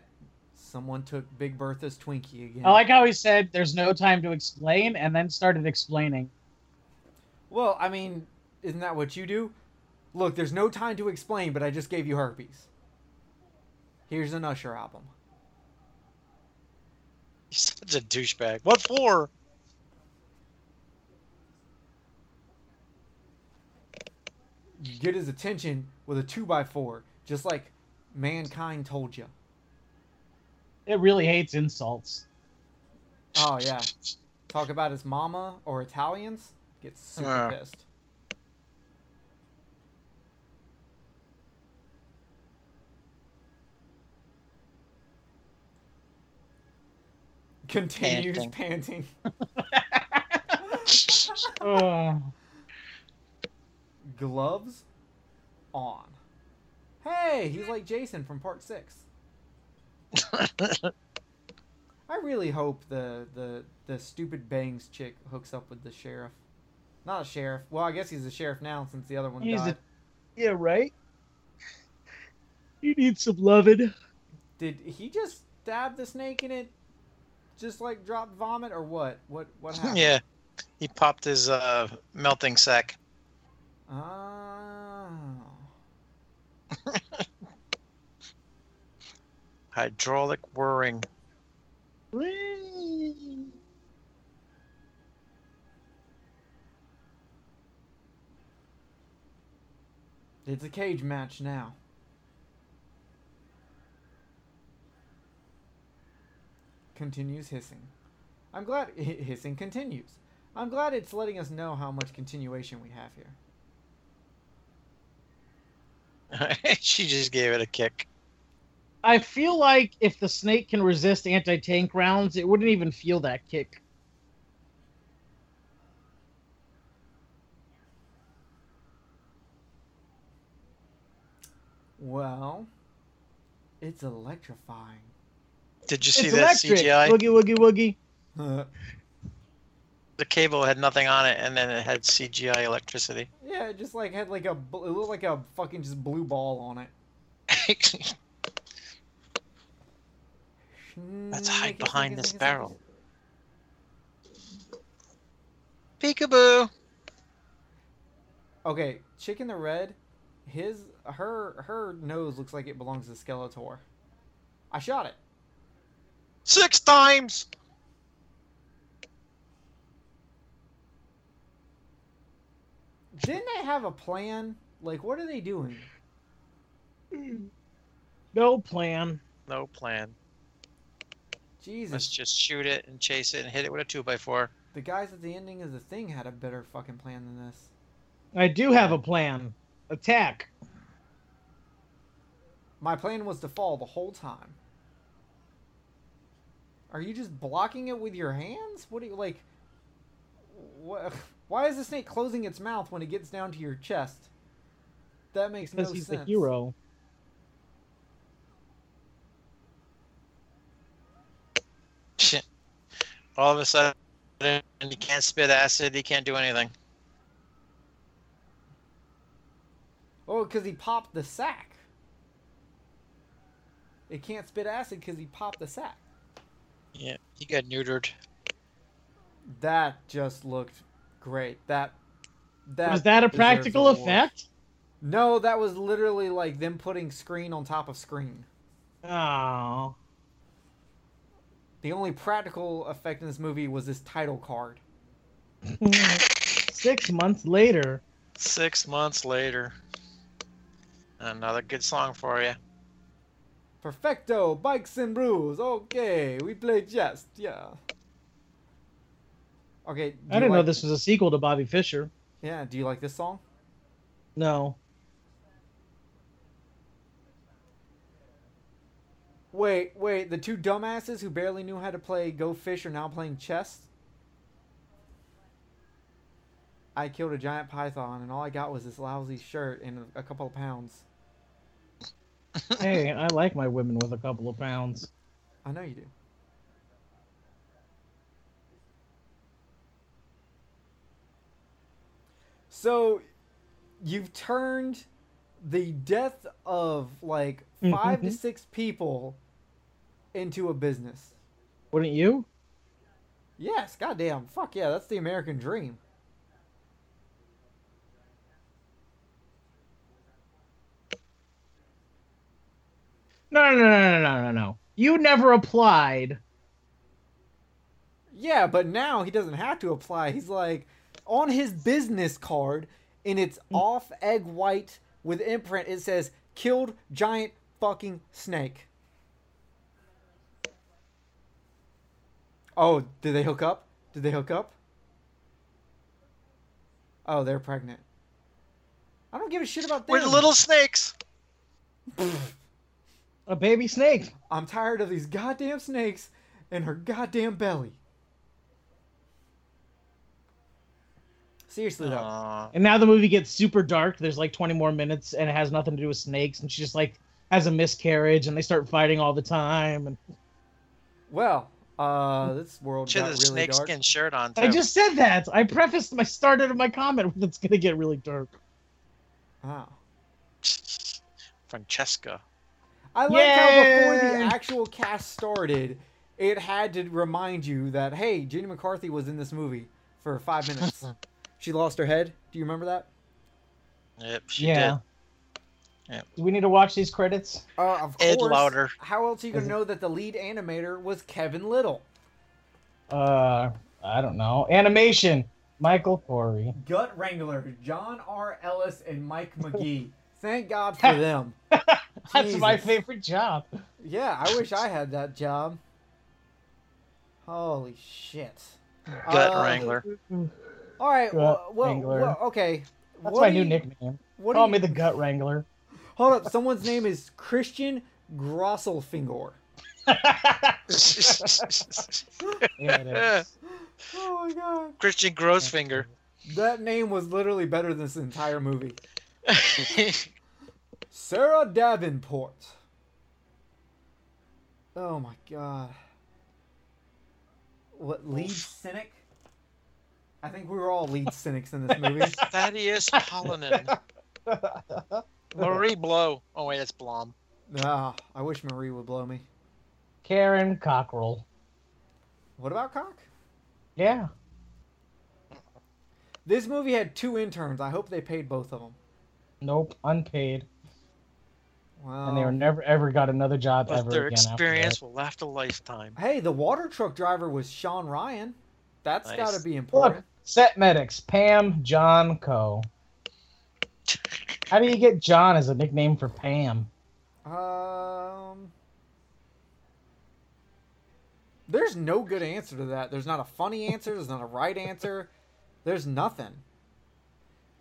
Someone took Big Bertha's Twinkie again.
I like how he said there's no time to explain and then started explaining.
well, I mean, isn't that what you do? Look, there's no time to explain, but I just gave you herpes. Here's an Usher album.
He's such a douchebag. What for?
You get his attention with a 2x4, just like mankind told you.
It really hates insults.
Oh yeah. Talk about his mama or Italians. Gets super
Yeah.
pissed. Continues panting.
Ugh.
Gloves on. Hey, he's like Jason from part six. I really hope the, the the stupid bangs chick hooks up with the sheriff. Not a sheriff. Well, I guess he's a sheriff now since the other one
He's
died.
yeah, right? You need some loving.
Did he just stab the snake and it? Just like dropped vomit or what? What what happened?
yeah. He popped his uh, melting sack.
Oh.
Hydraulic whirring.
It's a cage match now. Continues hissing. I'm glad hissing continues. I'm glad it's letting us know how much continuation we have here.
she just gave it a kick.
I feel like if the snake can resist anti tank rounds, it wouldn't even feel that kick.
Well, it's electrifying.
Did you see
it's
that
electric.
CGI?
Woogie woogie woogie.
The cable had nothing on it, and then it had CGI electricity.
yeah, it just like had like a bl- it looked like a fucking just blue ball on it.
Let's
Snake,
hide
snake,
behind
snake,
this
snake,
barrel.
snake.
Peekaboo.
Okay, chick in the red, his her her nose looks like it belongs to Skeletor. I shot it.
Six times.
Didn't they have a plan? Like, what are they doing?
No plan.
No plan. Let's
Jesus,
just shoot it and chase it and hit it with a two by four.
the guys at the ending of the thing had a better fucking plan than this.
I do have a plan. Attack.
My plan was to fall the whole time. Are you just blocking it with your hands? What do you like? What? Why is the snake closing its mouth when it gets down to your chest? That makes no
Because he's
sense.
the hero.
Shit. All of a sudden, he can't spit acid. He can't do anything.
Oh, because he popped the sack. It can't spit acid because he popped the sack.
Yeah, he got neutered.
That just looked great. That. That
Was that a
deserves
practical
an award.
effect?
No, that was literally like them putting screen on top of screen.
Oh.
The only practical effect in this movie was this title card.
Six months later.
Six months later. Another good song for you.
Perfecto, bikes and brews. Okay, we play jest. Yeah. Okay. do
I
you
didn't know
like-
this was a sequel to Bobby Fischer.
Yeah. Do you like this song?
No.
Wait, wait. The two dumbasses who barely knew how to play Go Fish are now playing chess. I killed a giant python, and all I got was this lousy shirt and a couple of pounds.
Hey, I like my women with a couple of pounds.
I know you do. So, you've turned the death of like 5 to six people into a business.
Wouldn't you?
Yes, goddamn, fuck yeah, that's the American dream.
No, no, no, no, no, no, no. You never applied.
Yeah, but now he doesn't have to apply. He's like on his business card, and it's off egg white with imprint. It says "killed giant fucking snake." Oh, did they hook up? Did they hook up? Oh, they're pregnant. I don't give a shit about them.
With little snakes.
A baby snake.
I'm tired of these goddamn snakes and her goddamn belly. Seriously though.
Aw.
And now the movie gets super dark. There's like 20 more minutes and it has nothing to do with snakes. And she just like has a miscarriage and they start fighting all the time. And
Well, uh, this world
Should
got
have
really
snake
dark.
skin shirt on. Too.
I just said that. I prefaced my started my comment with it's going to get really dark.
Wow.
Francesca.
I like how before
Yay!
the actual cast started, it had to remind you that hey, Jenny McCarthy was in this movie. for five minutes. she lost her head. Do you remember that?
Yep, she
yeah.
did. Yep.
Do we need to watch these credits?
Uh, of
Ed
course.
Lauder.
How else are you gonna
Is
Mm-hmm.
it-
know that the lead animator was Kevin Little?
Uh, I don't know. Animation. Michael Corey.
Gut Wrangler, John R. Ellis, and Mike McGee. Thank God for them.
That's my
Jesus.
favorite job.
Yeah, I wish I had that job. Holy shit.
Gut
Uh,
Wrangler.
All right.
Gut
Well, well,
Wrangler.
well, okay.
That's
What
my
do
new
you-
nickname.
What do
Call
you-
me the Gut Wrangler.
Hold up. Someone's name is Christian Grosselfinger.
Yeah, it is.
Oh my god.
Christian Grossfinger.
That name was literally better than this entire movie. Sarah Davenport. Oh my god. What lead cynic? I think we were all lead cynics in this movie.
Thaddeus Pollinen. Marie Blow. Oh wait, that's Blom.
Ah, I wish Marie would blow me.
Karen Cockrell.
What about cock?
Yeah.
This movie had two interns. I hope they paid both of them.
Nope. Unpaid.
Wow.
And they were never ever got another job
But
ever
their
again after that.
experience will last a lifetime.
Hey, the water truck driver was Sean Ryan. That's
Nice.
got to be important.
Look, set medics, Pam, John, Co. How do you get John as a nickname for Pam?
Um, there's no good answer to that. There's not a funny answer. There's not a right answer. There's nothing.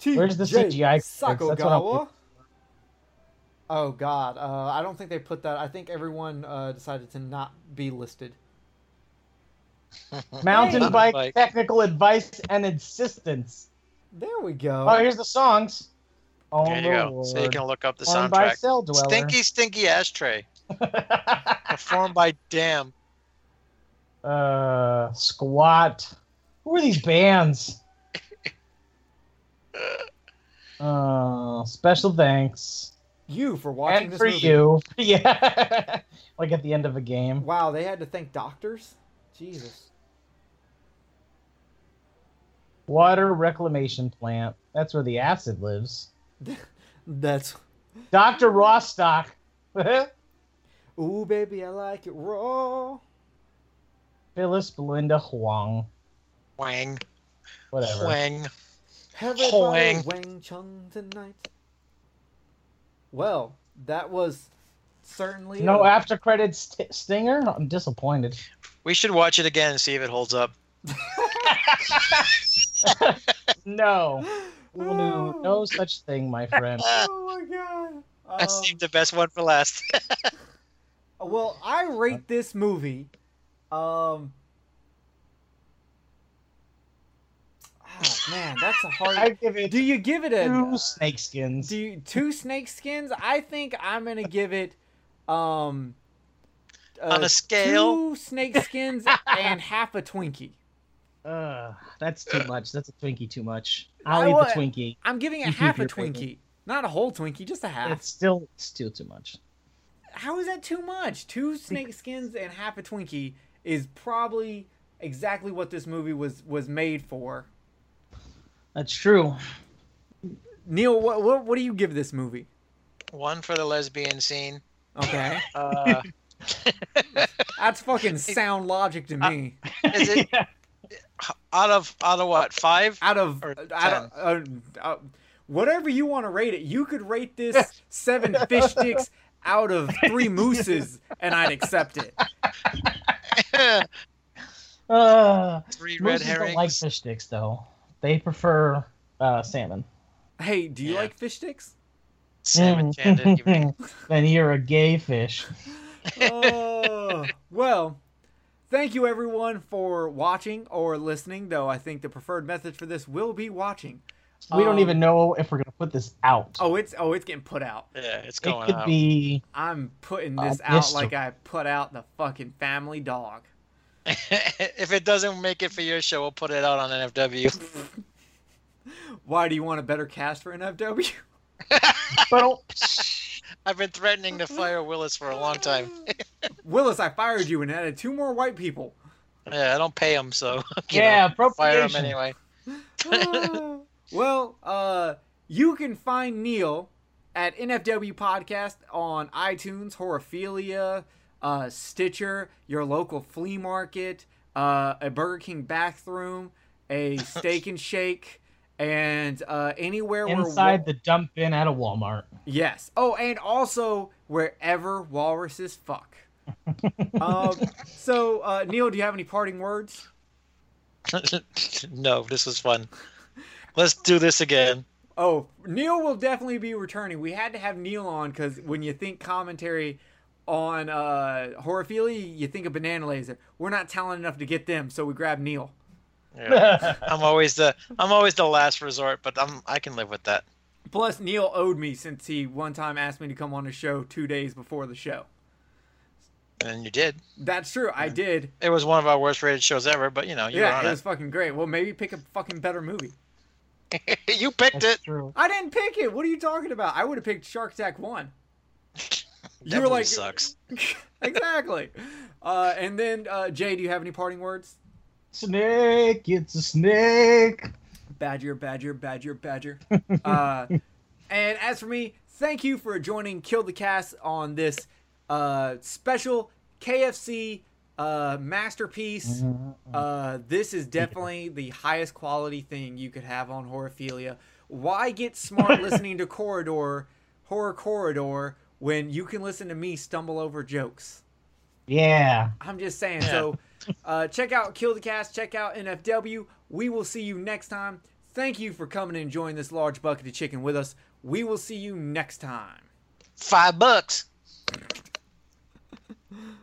Where's the
TJ
CGI credits? That's what I'm
Sakugawa. Oh God, uh, I don't think they put that. I think everyone uh, decided to not be listed.
Mountain
Mountain
bike,
bike.
technical advice and insistence.
There we go.
Oh, here's the songs. Oh,
There you go.
Lord.
So you can look up the
Owned by
soundtrack.
Cell Dweller.
Stinky, stinky ashtray. Performed by Damn.
uh, squat. Who are these bands? Uh, special thanks.
you for watching
and
this
for
movie.
you. yeah. like at the end of a game.
Wow, they had to thank doctors. Jesus.
Water reclamation plant. That's where the acid lives.
That's
Dr. Rostock.
ooh baby, I like it raw.
Phyllis Belinda Huang.
Wang.
Whatever.
Wang.
Everybody
Hoang.
Wang Chung tonight. Well, that was certainly
No
a-
after credits st- stinger? I'm disappointed.
We should watch it again and see if it holds up.
No. We will
Oh.
do no such thing, my friend.
Oh my god.
That
Um,
seemed the best one for last.
well, I rate this movie. Um. ah, man, that's a hard.
I give it
do you give it a
two snakeskins.
do you, two snake skins? I think I'm gonna give it. Um. uh,
On a scale,
two snake skins and half a Twinkie.
Ugh, that's too much. That's a Twinkie too much.
I
I'll eat
want-
the Twinkie.
I'm giving it
You keep
half a
your
Twinkie.
favorite.
Not a whole Twinkie, just a
Ah.
half.
It's still still too much.
How is that too much? Two snake skins and half a Twinkie is probably exactly what this movie was was made for.
That's true.
Neil, what what, what do you give this movie?
one for the lesbian scene.
Okay.
Uh,
That's fucking sound logic to
Uh,
me.
is it out of out of what five?
Out of
or
out of uh, uh, whatever you want to rate it, you could rate this seven fish sticks out of three mooses, and I'd accept it.
Uh,
Three red
mooses
herrings.
don't like fish sticks though. They prefer uh, salmon.
Hey, do you
Yeah.
like fish sticks?
Salmon candy. you mean.
then you're a gay fish.
Oh, well, thank you everyone for watching or listening, though I think the preferred method for this will be watching. Um,
We
Oh.
don't even know if we're gonna put this out.
Oh, it's oh, it's getting put out.
Yeah, it's
it
going
could
out.
be
I'm putting this
Uh,
out
Mr.
like I put out the fucking family dog.
if it doesn't make it for your show, we'll put it out on NFW.
Why do you want a better cast for NFW?
but
I've been threatening to fire Willis for a long time.
Willis, I fired you and added two more white people.
Yeah, I don't pay them, so you
yeah,
know, fire them
appropriation.
anyway.
Ah. well, uh, you can find Neil at NFW Podcast on iTunes, Horophilia, uh, Stitcher, your local flea market, uh, a Burger King bathroom, a Steak and Shake, and uh, anywhere where
Inside the dump bin at a Walmart.
Yes. Oh, and also wherever walruses fuck. um, so, uh, Neil, do you have any parting words?
no, this was fun. Let's do this again.
Oh, Neil will definitely be returning. We had to have Neil on because when you think commentary on uh, horophilia, you think of banana laser. We're not talented enough to get them, so we grabbed Neil.
Yeah. I'm always the I'm always the last resort, but I'm I can live with that.
Plus, Neil owed me since he one time asked me to come on his show two days before the show.
And you did.
That's true. I did.
It was one of our worst rated shows ever, but you know Oh, you
yeah,
were on
it
it.
was fucking great. Well, maybe pick a fucking better movie.
you picked
That's
it.
true.
I didn't pick it. What are you talking about? I would have picked Shark Attack 1.
That
You were
movie
like-
sucks.
exactly. Uh, and then, uh, Jay, do you have any parting words?
Snake, it's a snake.
Badger, Badger, Badger, Badger. uh, and as for me, thank you for joining Kill the Cast on this uh, special KFC uh,
Mm-hmm.
masterpiece. Uh, this is definitely the highest quality thing you could have on Horophilia. Why get smart listening to Corridor, Horror Corridor, when you can listen to me stumble over jokes?
Yeah.
I'm just saying. So, uh, check out Kill the Cast. Check out NFW. We will see you next time. Thank you for coming and enjoying this large bucket of chicken with us. We will see you next time.
Five bucks.